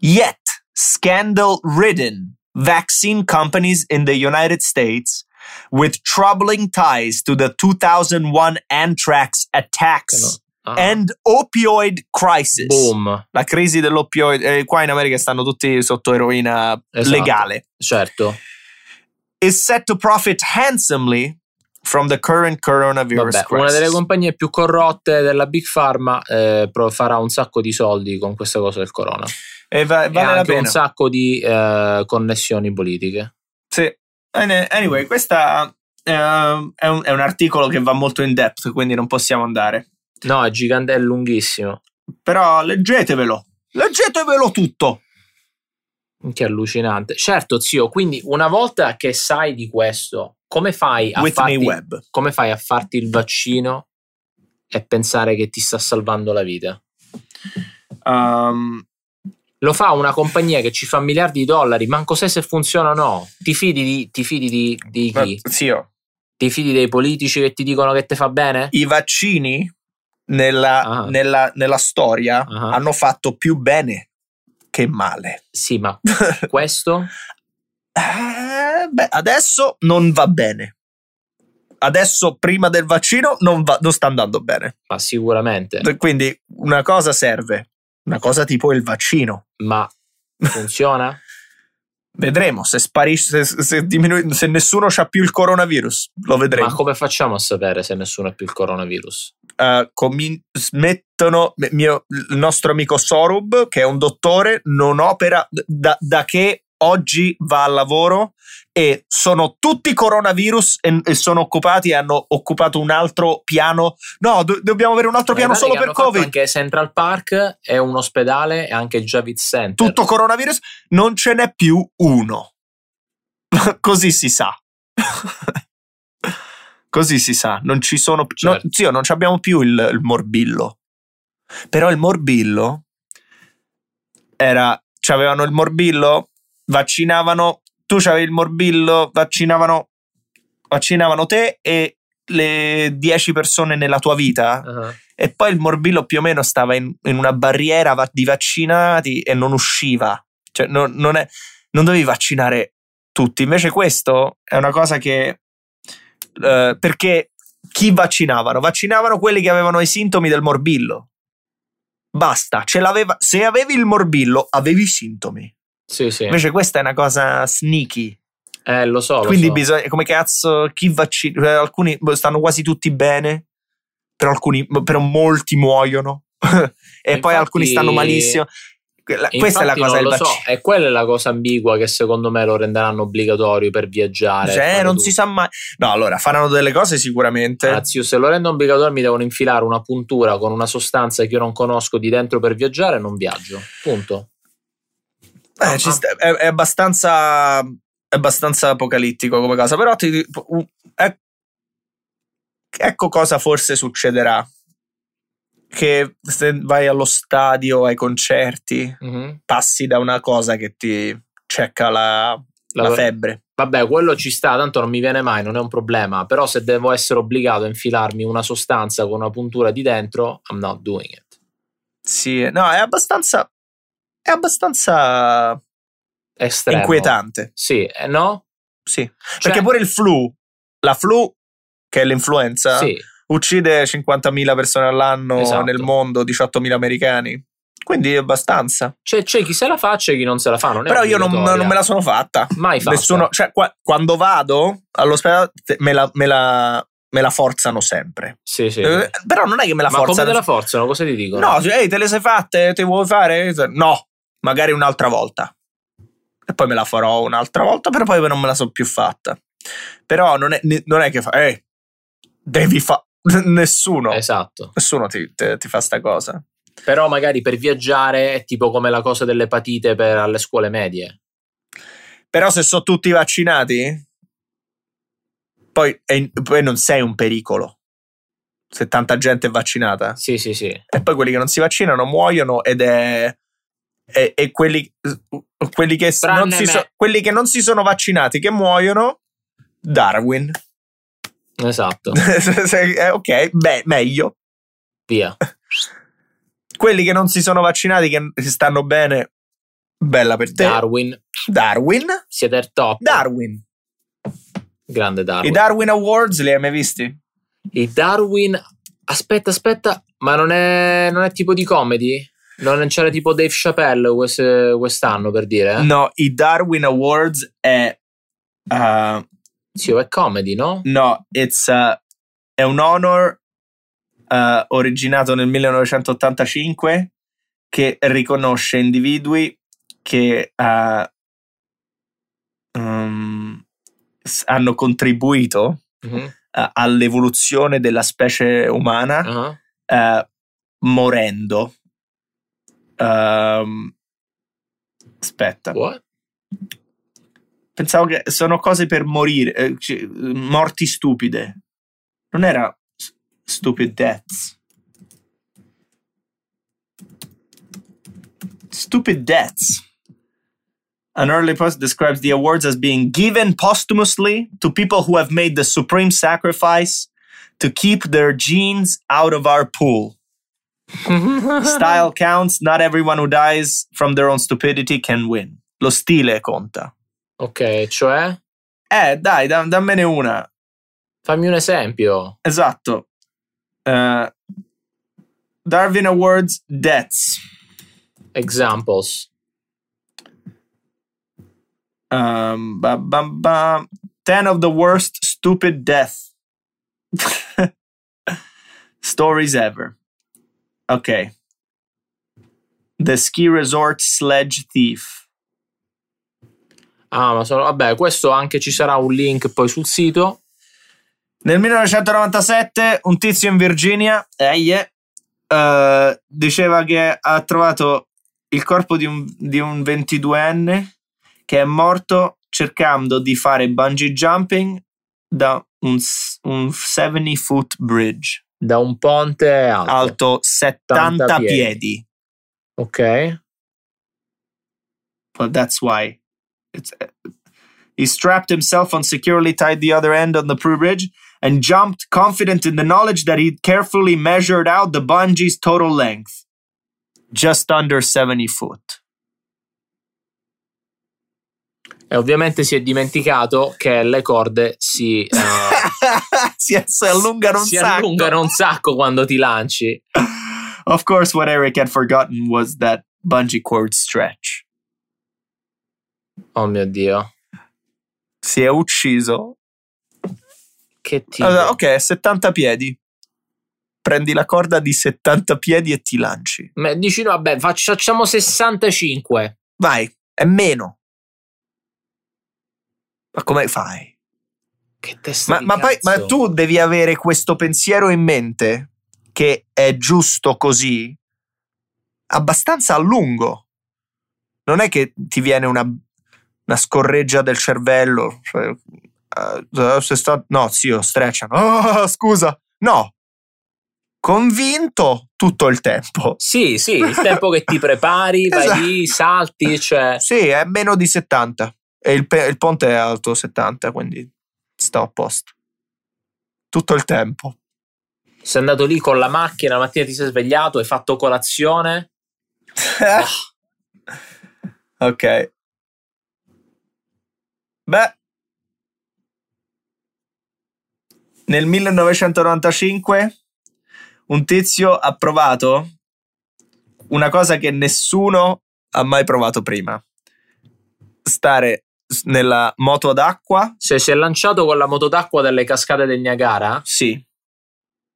S3: yet scandal ridden vaccine companies in the United States. With troubling ties to the 2001 anthrax attacks
S4: Ah.
S3: and opioid crisis.
S4: Boom,
S3: la crisi dell'opioide, eh, qua in America stanno tutti sotto eroina
S4: Esatto.
S3: legale,
S4: certo.
S3: is set to profit handsomely from the current coronavirus
S4: Vabbè, una
S3: crisis.
S4: delle compagnie più corrotte della Big Pharma eh, pro- farà un sacco di soldi con questa cosa del corona.
S3: e va-
S4: e
S3: Eh, vale la
S4: anche
S3: pena.
S4: un sacco di eh, connessioni politiche.
S3: Sì. An- Anyway, questa ehm, è, un, è un articolo che va molto in depth, quindi non possiamo andare.
S4: No, è gigante, è lunghissimo.
S3: Però leggetevelo, leggetevelo tutto.
S4: Che allucinante. Certo, zio, quindi una volta che sai di questo, come fai a,
S3: Whitney
S4: farti,
S3: Webb.
S4: come fai a farti il vaccino e pensare che ti sta salvando la vita?
S3: Ehm,
S4: Lo fa una compagnia che ci fa miliardi di dollari, manco sai se funziona o no. Ti fidi di, ti fidi di, di
S3: ma-
S4: chi?
S3: zio,
S4: Ti fidi dei politici che ti dicono che ti fa bene?
S3: I vaccini nella,
S4: Ah.
S3: nella- nella storia
S4: Ah.
S3: hanno fatto più bene che male.
S4: Sì, ma questo?
S3: Eh, beh, adesso non va bene. Adesso, prima del vaccino, non, va- non sta andando bene.
S4: Ma sicuramente.
S3: Quindi una cosa serve, una cosa tipo il vaccino.
S4: Ma funziona?
S3: Vedremo se sparisce, se, se diminu- se nessuno ha più il coronavirus. Lo vedremo.
S4: Ma come facciamo a sapere se nessuno ha più il coronavirus?
S3: Eh, comin- smettono. m- mio- il nostro amico Sorub, che è un dottore, non opera da, da che oggi va al lavoro e sono tutti coronavirus e, e sono occupati e hanno occupato un altro piano. No, do- dobbiamo avere un altro piano
S4: Eh, guarda
S3: solo
S4: che
S3: per
S4: hanno fatto
S3: Covid.
S4: Anche Central Park è un ospedale e anche Javits Center.
S3: tutto coronavirus, non ce n'è più uno. Così si sa. Così si sa, non ci sono no,
S4: Certo.
S3: zio, non ci abbiamo più il, il morbillo. Però il morbillo era c'avevano il morbillo, vaccinavano, tu c'avevi il morbillo, vaccinavano vaccinavano te e le 10 persone nella tua vita
S4: Ah,
S3: e poi il morbillo più o meno stava in, in una barriera va- di vaccinati e non usciva. Cioè, non, non è- non dovevi vaccinare tutti. Invece, questo è una cosa che. eh, perché chi vaccinavano? Vaccinavano quelli che avevano i sintomi del morbillo. Basta, ce l'aveva- se avevi il morbillo, avevi i sintomi.
S4: Sì, sì.
S3: Invece, questa è una cosa sneaky.
S4: Eh, lo so. lo
S3: Quindi
S4: so.
S3: bisogna, come cazzo, chi vaccina? cioè, Alcuni boh, stanno quasi tutti bene, però, alcuni, boh, però molti muoiono e poi
S4: infatti-
S3: alcuni stanno malissimo. Quella-
S4: E
S3: questa è la
S4: infatti
S3: cosa
S4: non
S3: del
S4: lo
S3: vaccino.
S4: so. E quella è la cosa ambigua che secondo me lo renderanno obbligatorio per viaggiare. ecco,
S3: Cioè,
S4: fare
S3: non
S4: tutto.
S3: si sa mai. No, allora faranno delle cose sicuramente.
S4: Anzi, io se lo rendo obbligatorio mi devono infilare una puntura con una sostanza che io non conosco di dentro per viaggiare e non viaggio. Punto.
S3: Eh,
S4: ah.
S3: ci sta- è, è abbastanza. È abbastanza apocalittico come cosa, però ti- u- ec- ecco cosa forse succederà. Che se vai allo stadio, ai concerti,
S4: Mhm.
S3: passi da una cosa che ti cecca la, la febbre.
S4: Vabbè, quello ci sta, tanto non mi viene mai, non è un problema. Però se devo essere obbligato a infilarmi una sostanza con una puntura di dentro, I'm not doing it.
S3: Sì, no, è abbastanza. È abbastanza
S4: Estremo.
S3: inquietante.
S4: Sì, eh, no?
S3: Sì.
S4: Cioè-
S3: Perché pure il flu, la flu, che è l'influenza,
S4: Sì,
S3: uccide 50.000 persone all'anno
S4: Esatto.
S3: nel mondo, 18.000 americani. Quindi è abbastanza.
S4: c'è, Cioè, c'è chi se la fa, c'è chi non se la fa. Non è
S3: Però io non,
S4: obbligatoria.
S3: non me la sono fatta.
S4: mai fatta.
S3: Nessuno, cioè, qua- quando vado all'ospedale te- me la, me la- me la forzano sempre.
S4: Sì, sì.
S3: Eh, Però non è che me la
S4: Ma
S3: forzano.
S4: come te la forzano? Cosa ti dicono?
S3: No, se- ehi, te le sei fatte? Te vuoi fare? Cioè, No, magari un'altra volta. E poi me la farò un'altra volta, però poi non me la so più fatta. Però non è, ne- non è che fa, eh, devi fare. Nessuno,
S4: Esatto.
S3: nessuno ti, te- ti fa sta cosa.
S4: Però magari per viaggiare è tipo come la cosa dell'epatite per alle scuole medie.
S3: Però se sono tutti vaccinati, poi, è in- poi non sei un pericolo. Se tanta gente è vaccinata.
S4: Sì, sì, sì.
S3: e poi quelli che non si vaccinano muoiono ed è e, e quelli, quelli che s- non
S4: Tranne
S3: si
S4: me.
S3: so- quelli che non si sono vaccinati che muoiono Darwin
S4: Esatto.
S3: Eh, ok beh meglio
S4: Via.
S3: quelli che non si sono vaccinati che si stanno bene bella per te
S4: Darwin.
S3: Darwin
S4: Siete al top.
S3: Darwin
S4: Grande Darwin. Eh?
S3: i Darwin Awards li hai mai visti?
S4: I Darwin. Aspetta, aspetta, ma non è, non è tipo di comedy? Non c'era tipo Dave Chappelle quest- quest'anno per dire?
S3: no i Darwin Awards è uh,
S4: Sì, è comedy, no?
S3: No, it's, uh, è un honor uh, originato nel 1985 che riconosce individui che uh, um, s- hanno contribuito
S4: Mhm.
S3: uh, all'evoluzione della specie umana
S4: Ah.
S3: uh, morendo. Um, aspetta,
S4: What?
S3: pensavo che sono cose per morire, eh, c- morti stupide. Non era s- stupid deaths. Stupid deaths. An early post describes the awards as being given posthumously to people who have made the supreme sacrifice to keep their genes out of our pool. Style counts, not everyone who dies from their own stupidity can win. Lo stile conta.
S4: Ok, cioè,
S3: Eh, dai, dam- dammene una.
S4: fammi un esempio.
S3: Esatto. Eh, Darwin Awards Deaths.
S4: Examples.
S3: Um, ba, bam, bam. 10 of the worst stupid death stories ever. Okay. The ski resort sledge thief.
S4: Ah, ma sono, vabbè, questo anche ci sarà un link poi sul sito.
S3: Nel 1997 un tizio in Virginia, eie, eh, diceva che ha trovato il corpo di un, di un 22enne che è morto cercando di fare bungee jumping da un, s- un 70 foot bridge
S4: Da un ponte alto.
S3: alto 70
S4: 70
S3: piedi.
S4: piedi. Ok.
S3: Well, that's why. It's, he strapped himself on securely, tied the other end on the pre bridge, and jumped, confident in the knowledge that he'd carefully measured out the bungee's total length just under 70 foot.
S4: E ovviamente si è dimenticato che le corde si, eh,
S5: si, si allungano un
S4: si
S5: sacco.
S4: allungano un sacco quando ti lanci.
S3: Of course, what Eric had forgotten was that bungee cord stretch.
S4: Oh mio Dio.
S3: Si è ucciso.
S4: Che ti...
S3: Allora, ok, 70 piedi. Prendi la corda di 70 piedi e ti lanci.
S4: Ma dici, no, vabbè, fac- facciamo 65.
S3: Vai, è meno. Ma come fai?
S4: Che testa
S3: Ma,
S4: di
S3: ma poi,
S4: cazzo.
S3: ma tu devi avere questo pensiero in mente che è giusto così abbastanza a lungo. Non è che ti viene una, una scorreggia del cervello. Cioè, eh, se sto, no, zio, strecciano. Ah, scusa. No. Convinto tutto il tempo.
S4: Sì, sì, il tempo che ti prepari, vai
S3: Esatto.
S4: lì, salti, cioè...
S3: Sì, è meno di 70. E il, pe- il ponte è alto 70, quindi sta a posto. Tutto il tempo.
S4: Sei andato lì con la macchina, la mattina ti sei svegliato, hai fatto colazione.
S3: ok. Beh. Nel 1995 un tizio ha provato una cosa che nessuno ha mai provato prima. Stare s- nella moto ad acqua?
S4: Cioè, si è lanciato con la moto d'acqua dalle cascate del Niagara.
S3: Sì.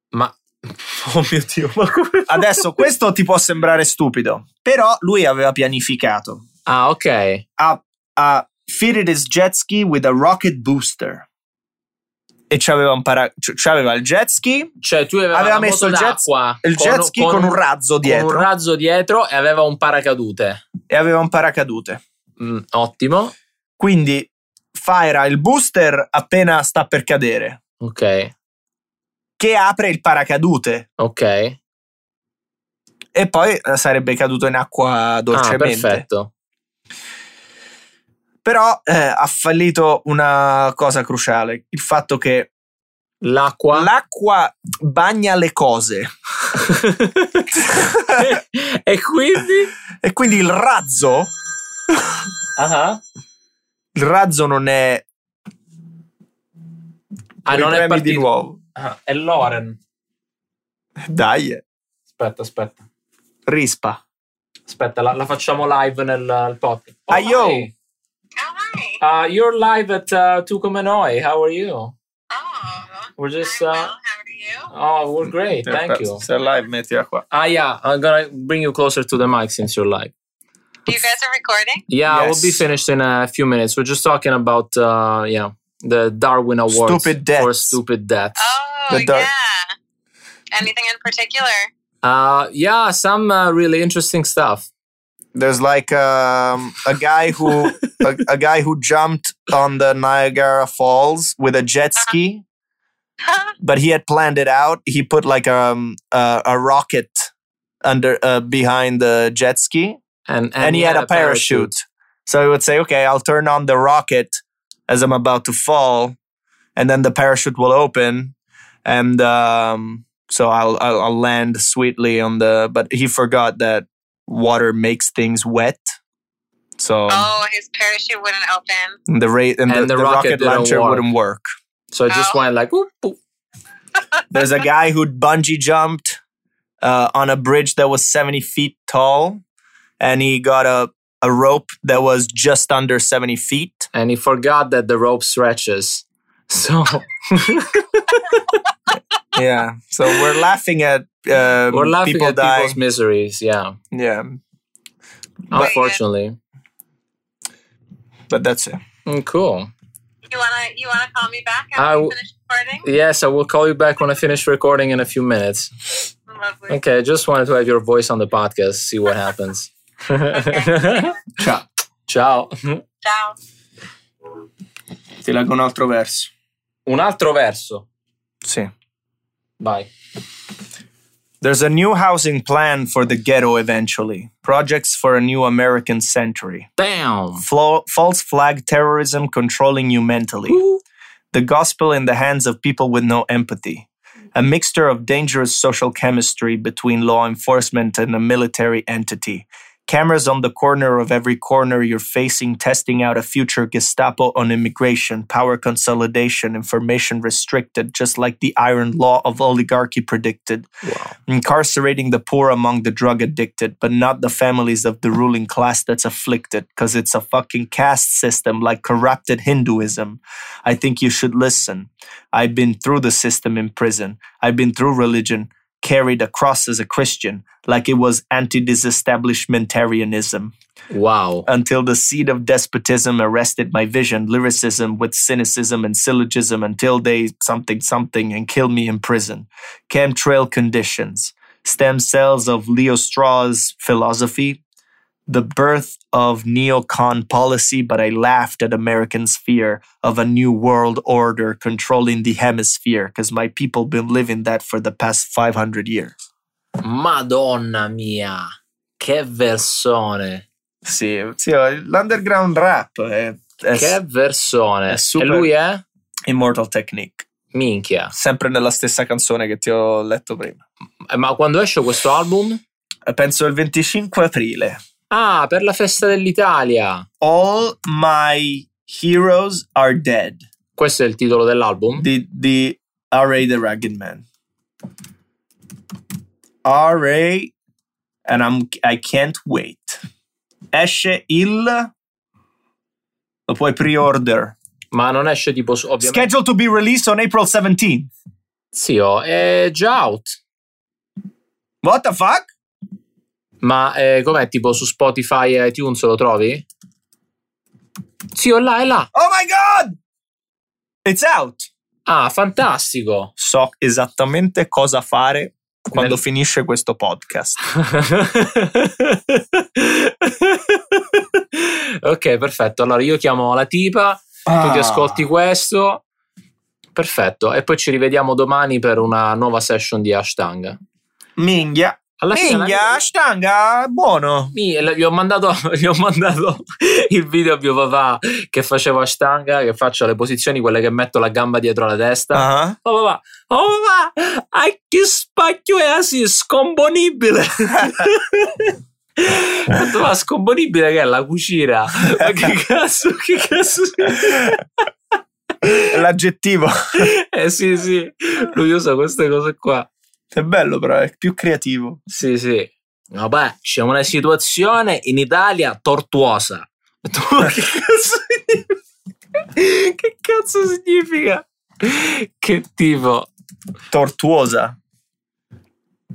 S4: Ma. Oh mio dio, ma come.
S3: Adesso questo ti può sembrare stupido, però lui aveva pianificato.
S4: Ah, ok.
S3: ha, ha fitted his jet ski with a rocket booster. E c'aveva, un para- c- c'aveva il jet ski,
S4: Cioè, tu avevi
S3: Aveva
S4: una
S3: messo
S4: moto
S3: il jet-
S4: d'acqua.
S3: il jet ski con, un razzo dietro
S4: Con un razzo dietro e aveva un paracadute.
S3: e aveva un paracadute.
S4: Mm, ottimo.
S3: Quindi fira il booster appena sta per cadere,
S4: Ok,
S3: che apre il paracadute
S4: ok. Ah,
S3: e poi eh, sarebbe caduto in acqua
S4: Ah,
S3: dolcemente.
S4: perfetto.
S3: Però eh, ha fallito una cosa cruciale, il fatto che
S4: L'acqua.
S3: l'acqua bagna le cose.
S4: e quindi.
S3: E quindi il razzo
S4: Ah, ah.
S3: il razzo non è
S4: Ah, non
S3: ripremi
S4: è
S3: di
S4: partito.
S3: nuovo
S4: Ah, è Loren.
S3: dai
S4: Aspetta, aspetta.
S3: rispa
S4: Aspetta, la, la facciamo live nel al podcast.
S3: Ah, yo.
S4: hi.
S2: Oh, hi.
S4: Uh, you're live at uh, Tu Come Noi. How are you?
S2: Oh,
S4: We're just.
S2: I'm
S4: Uh,
S2: well. How are you?
S4: oh, we're great. Thank you.
S3: sei live mettila qua
S4: Ah, yeah. I'm gonna bring you closer to the mic since you're live.
S2: You guys are recording?
S4: Yeah,
S3: Yes.
S4: we'll be finished in a few minutes. We're just talking about uh, yeah the Darwin Awards
S3: Stupid
S4: for
S3: deaths.
S4: stupid deaths.
S2: Oh,
S3: The dark-
S2: yeah. Anything in particular?
S4: Uh, yeah, some uh, really interesting stuff.
S3: there's like um, a guy who a, a guy who jumped on the Niagara Falls with a jet ski
S2: Huh?
S3: but he had planned it out he put like um, a, a rocket under uh, behind the jet ski
S4: And
S3: and, he, had, a parachute So he would say, okay, I'll turn on the rocket as I'm about to fall, and then the parachute will open, and um, so I'll, I'll I'll land sweetly on the. But he forgot that water makes things wet, so
S2: Oh, his parachute wouldn't open.
S3: the rate and, the, the rocket,
S4: didn't
S3: launcher
S4: work.
S3: wouldn't work.
S4: So I just
S2: Oh.
S4: went like, oop, oop.
S3: There's a guy who bungee jumped uh, on a bridge that was 70 feet tall, and he got a, a rope that was just under 70 feet.
S4: and he forgot that the rope stretches. So
S3: Yeah. So we're laughing at uh,
S4: we're laughing
S3: people
S4: at
S3: dying.
S4: people's miseries. Yeah,
S3: yeah.
S4: unfortunately.
S3: But that's it.
S4: Mm, cool.
S2: You wanna you wanna call me back after
S4: I
S2: I
S4: w-
S2: finish recording?
S4: Yes, I will call you back when I finish recording in a few minutes.
S2: Lovely.
S4: Okay, I just wanted to have your voice on the podcast, see what happens.
S2: Okay.
S3: Ciao.
S4: Ciao.
S2: Ciao.
S3: Ti leggo un altro verso.
S4: Un altro verso.
S3: Sì.
S4: Vai.
S3: There's a new housing plan for the ghetto eventually. Projects for a new American century.
S4: Bam.
S3: Flo- false flag terrorism controlling you mentally. The gospel in the hands of people with no empathy. A mixture of dangerous social chemistry between law enforcement and a military entity. Cameras on the corner of every corner you're facing, testing out a future Gestapo on immigration, power consolidation, information restricted, just like the iron law of oligarchy predicted
S4: Wow.
S3: incarcerating the poor among the drug addicted, but not the families of the ruling class that's afflicted, because it's a fucking caste system like corrupted Hinduism. I think you should listen. I've been through the system in prison, I've been through religion, carried a cross as a Christian, like it was anti disestablishmentarianism
S4: Wow.
S3: until the seed of despotism arrested my vision, lyricism with cynicism and syllogism until they something something and kill me in prison. Chemtrail conditions, stem cells of Leo Straw's philosophy, the birth of neocon policy, but I laughed at Americans' fear of a new world order controlling the hemisphere because my people been living that for the past 500 years.
S4: Madonna mia. Che versone.
S3: Sì, sì, oh, l'underground rap eh. è,
S4: che versone.
S3: è super.
S4: E lui è?
S3: Immortal Technique.
S4: Minchia.
S3: sempre nella stessa canzone che ti ho letto prima.
S4: Eh, Ma quando esce questo album?
S3: Eh, Penso il 25 aprile.
S4: Ah, per la festa dell'Italia.
S3: All My Heroes Are Dead
S4: Questo è il titolo dell'album?
S3: di, di R.A. The Ragged Man. R.A. and I'm, I can't wait. Esce il... Lo puoi pre-order.
S4: Ma non esce tipo su- ovviamente.
S3: Scheduled to be released on April 17th.
S4: Zio, oh, è già out.
S3: What the fuck?
S4: Ma eh, com'è tipo su Spotify e iTunes lo trovi? Zio, è là, è là.
S3: Oh my god! It's out!
S4: Ah, fantastico.
S3: so esattamente cosa fare quando
S4: Nel-
S3: finisce questo podcast.
S4: ok, perfetto. Allora io chiamo la tipa,
S3: Ah.
S4: tu ti ascolti questo. Perfetto. E poi ci rivediamo domani per una nuova session di hashtag.
S3: Minghia.
S4: Alla fine-
S3: Minghia, stanga, buono.
S4: Mi- l- gli, ho mandato, gli ho mandato il video a mio papà che facevo a stanga, che faccio le posizioni, quelle che metto la gamba dietro la testa.
S3: Ah.
S4: Oh papà, oh papà, a chi spacchio è così scomponibile? Ma tu, ma scomponibile che è la cucina? Ma che cazzo, che cazzo?
S3: L'aggettivo
S4: eh sì, sì, lui usa queste cose qua.
S3: è bello, però è più creativo.
S4: Sì, sì. Vabbè, c'è una situazione in Italia tortuosa. Tu, ma che cazzo significa? Che cazzo significa? Che tipo?
S3: Tortuosa,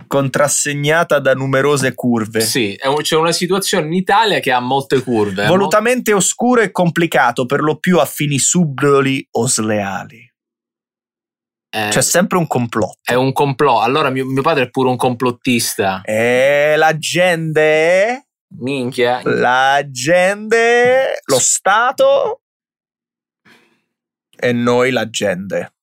S3: contrassegnata da numerose curve.
S4: Sì, è un- c'è una situazione in Italia che ha molte curve.
S3: Volutamente oscuro e complicato, per lo più a fini subdoli o sleali.
S4: mo- eh,
S3: C'è sempre un complotto.
S4: è un complotto. Allora mio, mio padre è pure un complottista.
S3: E la gente
S4: Minchia.
S3: la gente, lo Stato e noi la gente.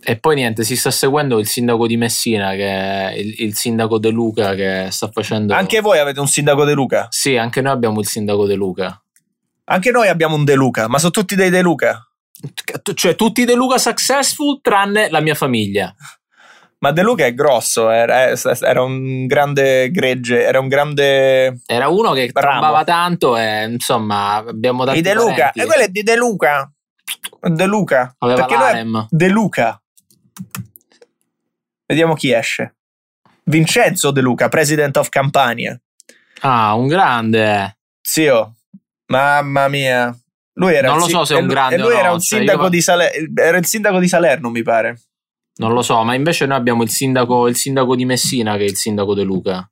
S4: E poi niente, si sta seguendo il sindaco di Messina, che è il, il sindaco De Luca, che sta facendo...
S3: Anche voi avete un sindaco De Luca?
S4: Sì, anche noi abbiamo il sindaco De Luca.
S3: Anche noi abbiamo un De Luca, ma sono tutti dei De Luca.
S4: T- Cioè, tutti De Luca successful tranne la mia famiglia.
S3: Ma De Luca è grosso, era, eh, era un grande gregge, era un grande...
S4: Era uno che
S3: Bravo.
S4: trambava tanto e insomma abbiamo dato
S3: Di De Luca, e quello è di De Luca. De Luca.
S4: Aveva
S3: Perché noi-
S4: l'harem.
S3: De Luca. Vediamo chi esce. Vincenzo De Luca, President of Campania.
S4: Ah, un grande.
S3: Zio, mamma mia. Lui era
S4: Non
S3: il
S4: lo
S3: si-
S4: so se è
S3: e
S4: un
S3: lui-
S4: grande
S3: E lui
S4: o
S3: era,
S4: no,
S3: un
S4: cioè,
S3: sindaco
S4: io-
S3: di Sale- era il sindaco di Salerno, mi pare.
S4: Non lo so, ma invece noi abbiamo il sindaco, il sindaco di Messina che è il sindaco De Luca.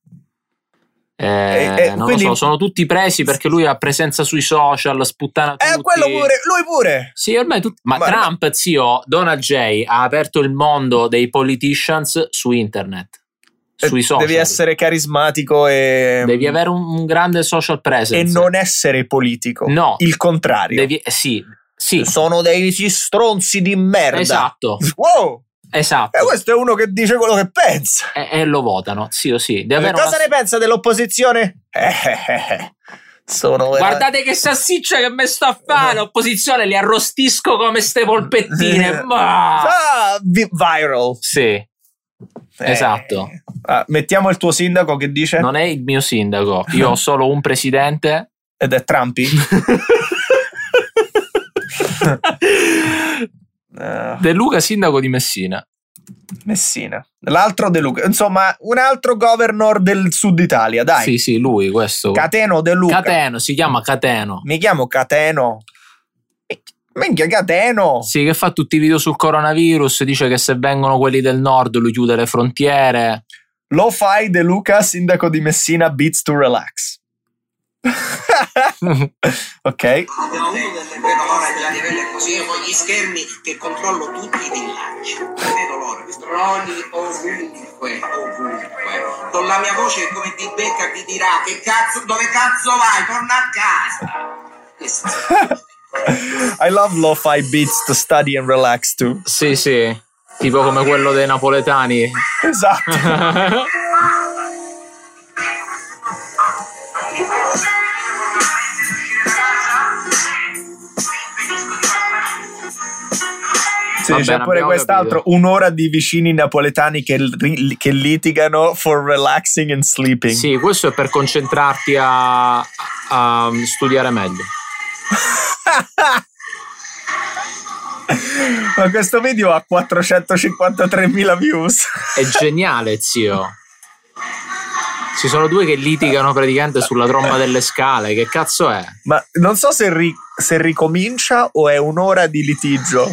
S4: Eh,
S3: Eh, eh,
S4: non
S3: quindi-
S4: lo so, sono tutti presi perché lui ha presenza sui social, sputtana tutti.
S3: Eh, quello pure, lui pure.
S4: Sì, ormai tutti. Ma,
S3: Ma-
S4: Trump, zio, Donald J. ha aperto il mondo dei politicians su internet,
S3: Eh,
S4: sui social.
S3: Devi essere carismatico e,
S4: Devi avere un, un grande social
S3: e
S4: presence.
S3: non essere politico.
S4: No.
S3: Il contrario.
S4: Devi- eh, sì, sì,
S3: Sono dei stronzi di merda.
S4: esatto,
S3: Wow!
S4: esatto.
S3: E Eh, questo è uno che dice quello che pensa.
S4: E, e lo votano, sì o sì. Deve avere
S3: Eh, cosa
S4: una-
S3: ne pensa dell'opposizione? Eh, eh, eh, eh. Sono vera-
S4: Guardate che sassiccia che mi sta a fare l'opposizione, li arrostisco come ste polpettine.
S3: Eh.
S4: Ma-
S3: Ah, vi- viral.
S4: Sì,
S3: Eh.
S4: Esatto.
S3: Ah, mettiamo il tuo sindaco che dice
S4: non è il mio sindaco, io ho solo un presidente.
S3: ed è Trumpi. Eh,
S4: De Luca, sindaco di Messina.
S3: Messina. L'altro De Luca, insomma, un altro governor del sud Italia, dai.
S4: Sì, sì, lui questo.
S3: Cateno De Luca.
S4: Cateno, si chiama Cateno.
S3: Mi chiamo Cateno. Minchia Cateno.
S4: Sì, che fa tutti i video sul coronavirus, dice che se vengono quelli del nord lui chiude le frontiere.
S3: Lo fai De Luca, sindaco di Messina, beats to relax. ok.
S6: Abbiamo avuto delle belle ore della livello così. Io con gli schermi che controllo tutti i villaggi. Vedo loro. Droni ovunque, ovunque. Con la mia voce come ti becca ti dirà che cazzo, dove cazzo vai? Torna a casa. Che schifo.
S3: I love lo-fi beats to study and relax to.
S4: Sì, sì, tipo come quello dei napoletani.
S3: Esatto. Sì,
S4: Va
S3: c'è
S4: bene,
S3: pure
S4: abbiamo
S3: quest'altro.
S4: capito.
S3: Un'ora di vicini napoletani che, ri- che litigano for relaxing and sleeping.
S4: Sì, questo è per concentrarti a, a studiare meglio.
S3: Ma questo video ha 453.000 views.
S4: È geniale, zio. Ci sono due che litigano praticamente sulla tromba delle scale. Che cazzo è?
S3: Ma non so se, ri- se ricomincia o è un'ora di litigio.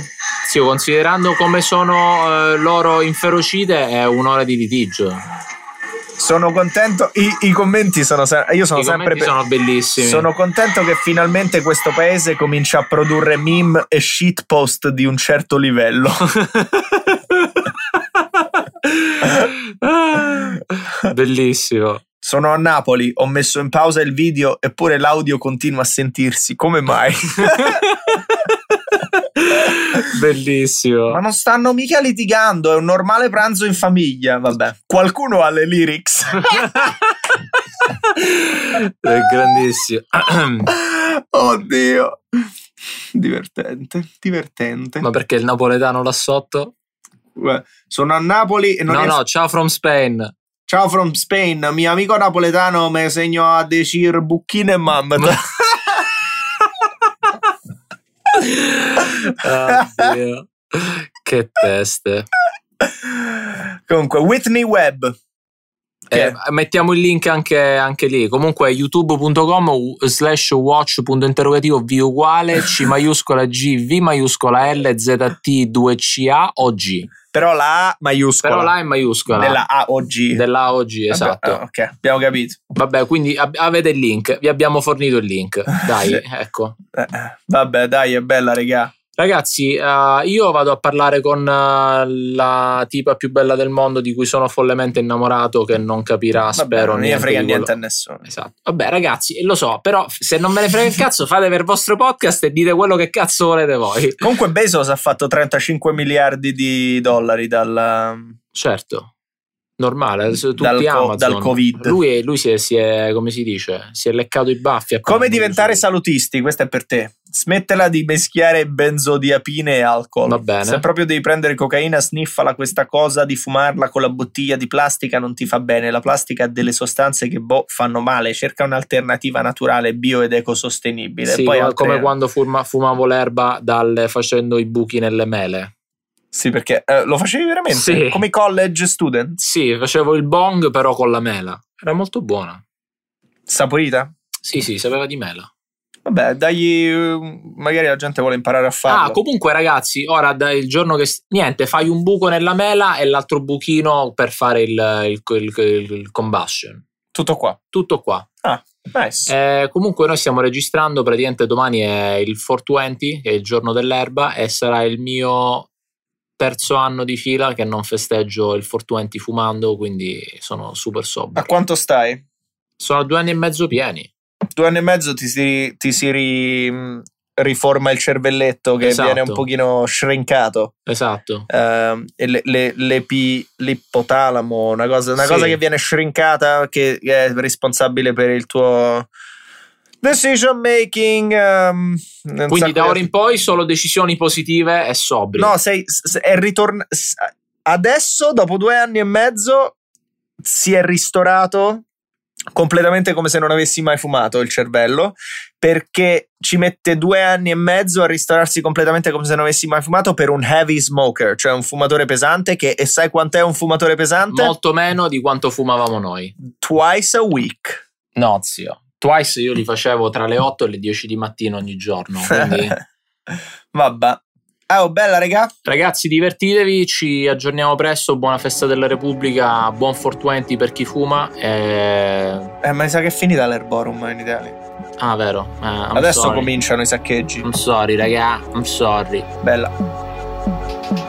S4: Zio, considerando come sono eh, loro inferocite, è un'ora di litigio.
S3: Sono contento. I, i commenti sono sempre. Io sono
S4: I
S3: sempre.
S4: commenti
S3: pe-
S4: sono bellissimi.
S3: Sono contento che finalmente questo paese comincia a produrre meme e shitpost di un certo livello.
S4: Bellissimo.
S3: Sono a Napoli, ho messo in pausa il video eppure l'audio continua a sentirsi. Come mai?
S4: Bellissimo.
S3: Ma non stanno mica litigando, è un normale pranzo in famiglia. Vabbè, qualcuno ha le lyrics.
S4: È grandissimo. Ah,
S3: Oddio. Divertente, divertente.
S4: Ma perché il napoletano là sotto?
S3: Beh, Eh, Sono a Napoli e non
S4: No,
S3: riesco-
S4: no, ciao from Spain.
S3: Ciao from Spain, mio amico napoletano me segno a decir bucchine e mamma.
S4: Ah. Oddio. Che teste.
S3: Comunque, Whitney Webb. Che-
S4: Eh, mettiamo il link anche, anche lì. Comunque, youtube.com u- slash watch.interrogativo v uguale c maiuscola g v maiuscola l zt 2 ca o g.
S3: Però la A maiuscola.
S4: Però là è maiuscola.
S3: Della A oggi.
S4: Della o g,
S3: Vabbè,
S4: esatto.
S3: ah, ok, abbiamo capito.
S4: Vabbè, quindi ab- avete il link. Vi abbiamo fornito il link. Dai,
S3: Sì.
S4: ecco.
S3: Eh, eh, Vabbè, dai, è bella, regà.
S4: Ragazzi, eh, io vado a parlare con eh, la tipa più bella del mondo di cui sono follemente innamorato che non capirà,
S3: Vabbè,
S4: spero,
S3: non ne frega
S4: di
S3: niente a
S4: quello-
S3: nessuno.
S4: Esatto. Vabbè, ragazzi, lo so, però se non me ne frega il cazzo, fate per il vostro podcast e dite quello che cazzo volete voi.
S3: Comunque Bezos ha fatto 35 miliardi di dollari dalla...
S4: Certo. normale, su tutti
S3: Dal co-
S4: Amazon.
S3: dal Covid.
S4: Lui, lui si, è, si è, come si dice, si è leccato i baffi. appena
S3: Come
S4: è venuto
S3: diventare
S4: su.
S3: salutisti? Questa è per te. Smettela di mischiare benzodiapine e alcol.
S4: Va bene.
S3: Se proprio devi prendere cocaina, sniffala questa cosa di fumarla con la bottiglia di plastica non ti fa bene. La plastica ha delle sostanze che boh, fanno male. Cerca un'alternativa naturale, bio ed ecosostenibile.
S4: Sì,
S3: Poi
S4: come-
S3: altre-
S4: come quando fuma- fumavo l'erba dal- facendo i buchi nelle mele.
S3: Sì, perché eh, lo facevi veramente
S4: Sì.
S3: come i college student.
S4: Sì, facevo il bong però con la mela. Era molto buona.
S3: Saporita?
S4: Sì, sì, sapeva di mela.
S3: Vabbè, dagli. eh, Magari la gente vuole imparare a farlo.
S4: Ah, comunque ragazzi, ora da- il giorno che... s- Niente, fai un buco nella mela e l'altro buchino per fare il, il, il- il- il combustion.
S3: Tutto qua. Ah,
S4: Tutto qua.
S3: Nice.
S4: Eh, comunque noi stiamo registrando, praticamente domani è il 420, che è il giorno dell'erba, e sarà il mio terzo anno di fila che non festeggio il 420 fumando, quindi sono super
S3: A
S4: sobrio.
S3: quanto stai?
S4: Sono due anni e mezzo pieni.
S3: due anni e mezzo ti si, ti si ri- mh, riforma il cervelletto che
S4: Esatto.
S3: viene un pochino shrincato
S4: Esatto.
S3: ehm, e le- le- l'epi- l'ippotalamo una, cosa, una
S4: Sì.
S3: cosa che viene shrinkata che è responsabile per il tuo decision making ehm, non so
S4: Quindi da
S3: come-
S4: ora in poi solo decisioni positive e sobri.
S3: no sei, s- è ritorn- s- adesso dopo due anni e mezzo si è ristorato completamente come se non avessi mai fumato il cervello perché ci mette due anni e mezzo a ristorarsi completamente come se non avessi mai fumato per un heavy smoker cioè un fumatore pesante che e sai quant'è un fumatore pesante?
S4: Molto meno di quanto fumavamo noi.
S3: twice a week
S4: No, zio. Twice io li facevo tra le 8 e le 10 di mattina ogni giorno. Quindi,
S3: vabbè ah oh, bella regà
S4: ragazzi, divertitevi. Ci aggiorniamo presto. Buona festa della Repubblica. Buon 420 per chi fuma. e-
S3: eh, ma mi sa che è finita l'erborum in Italia
S4: Ah, vero. eh, I'm
S3: adesso
S4: sorry.
S3: cominciano i saccheggi
S4: I'm sorry, raga. I'm sorry.
S3: bella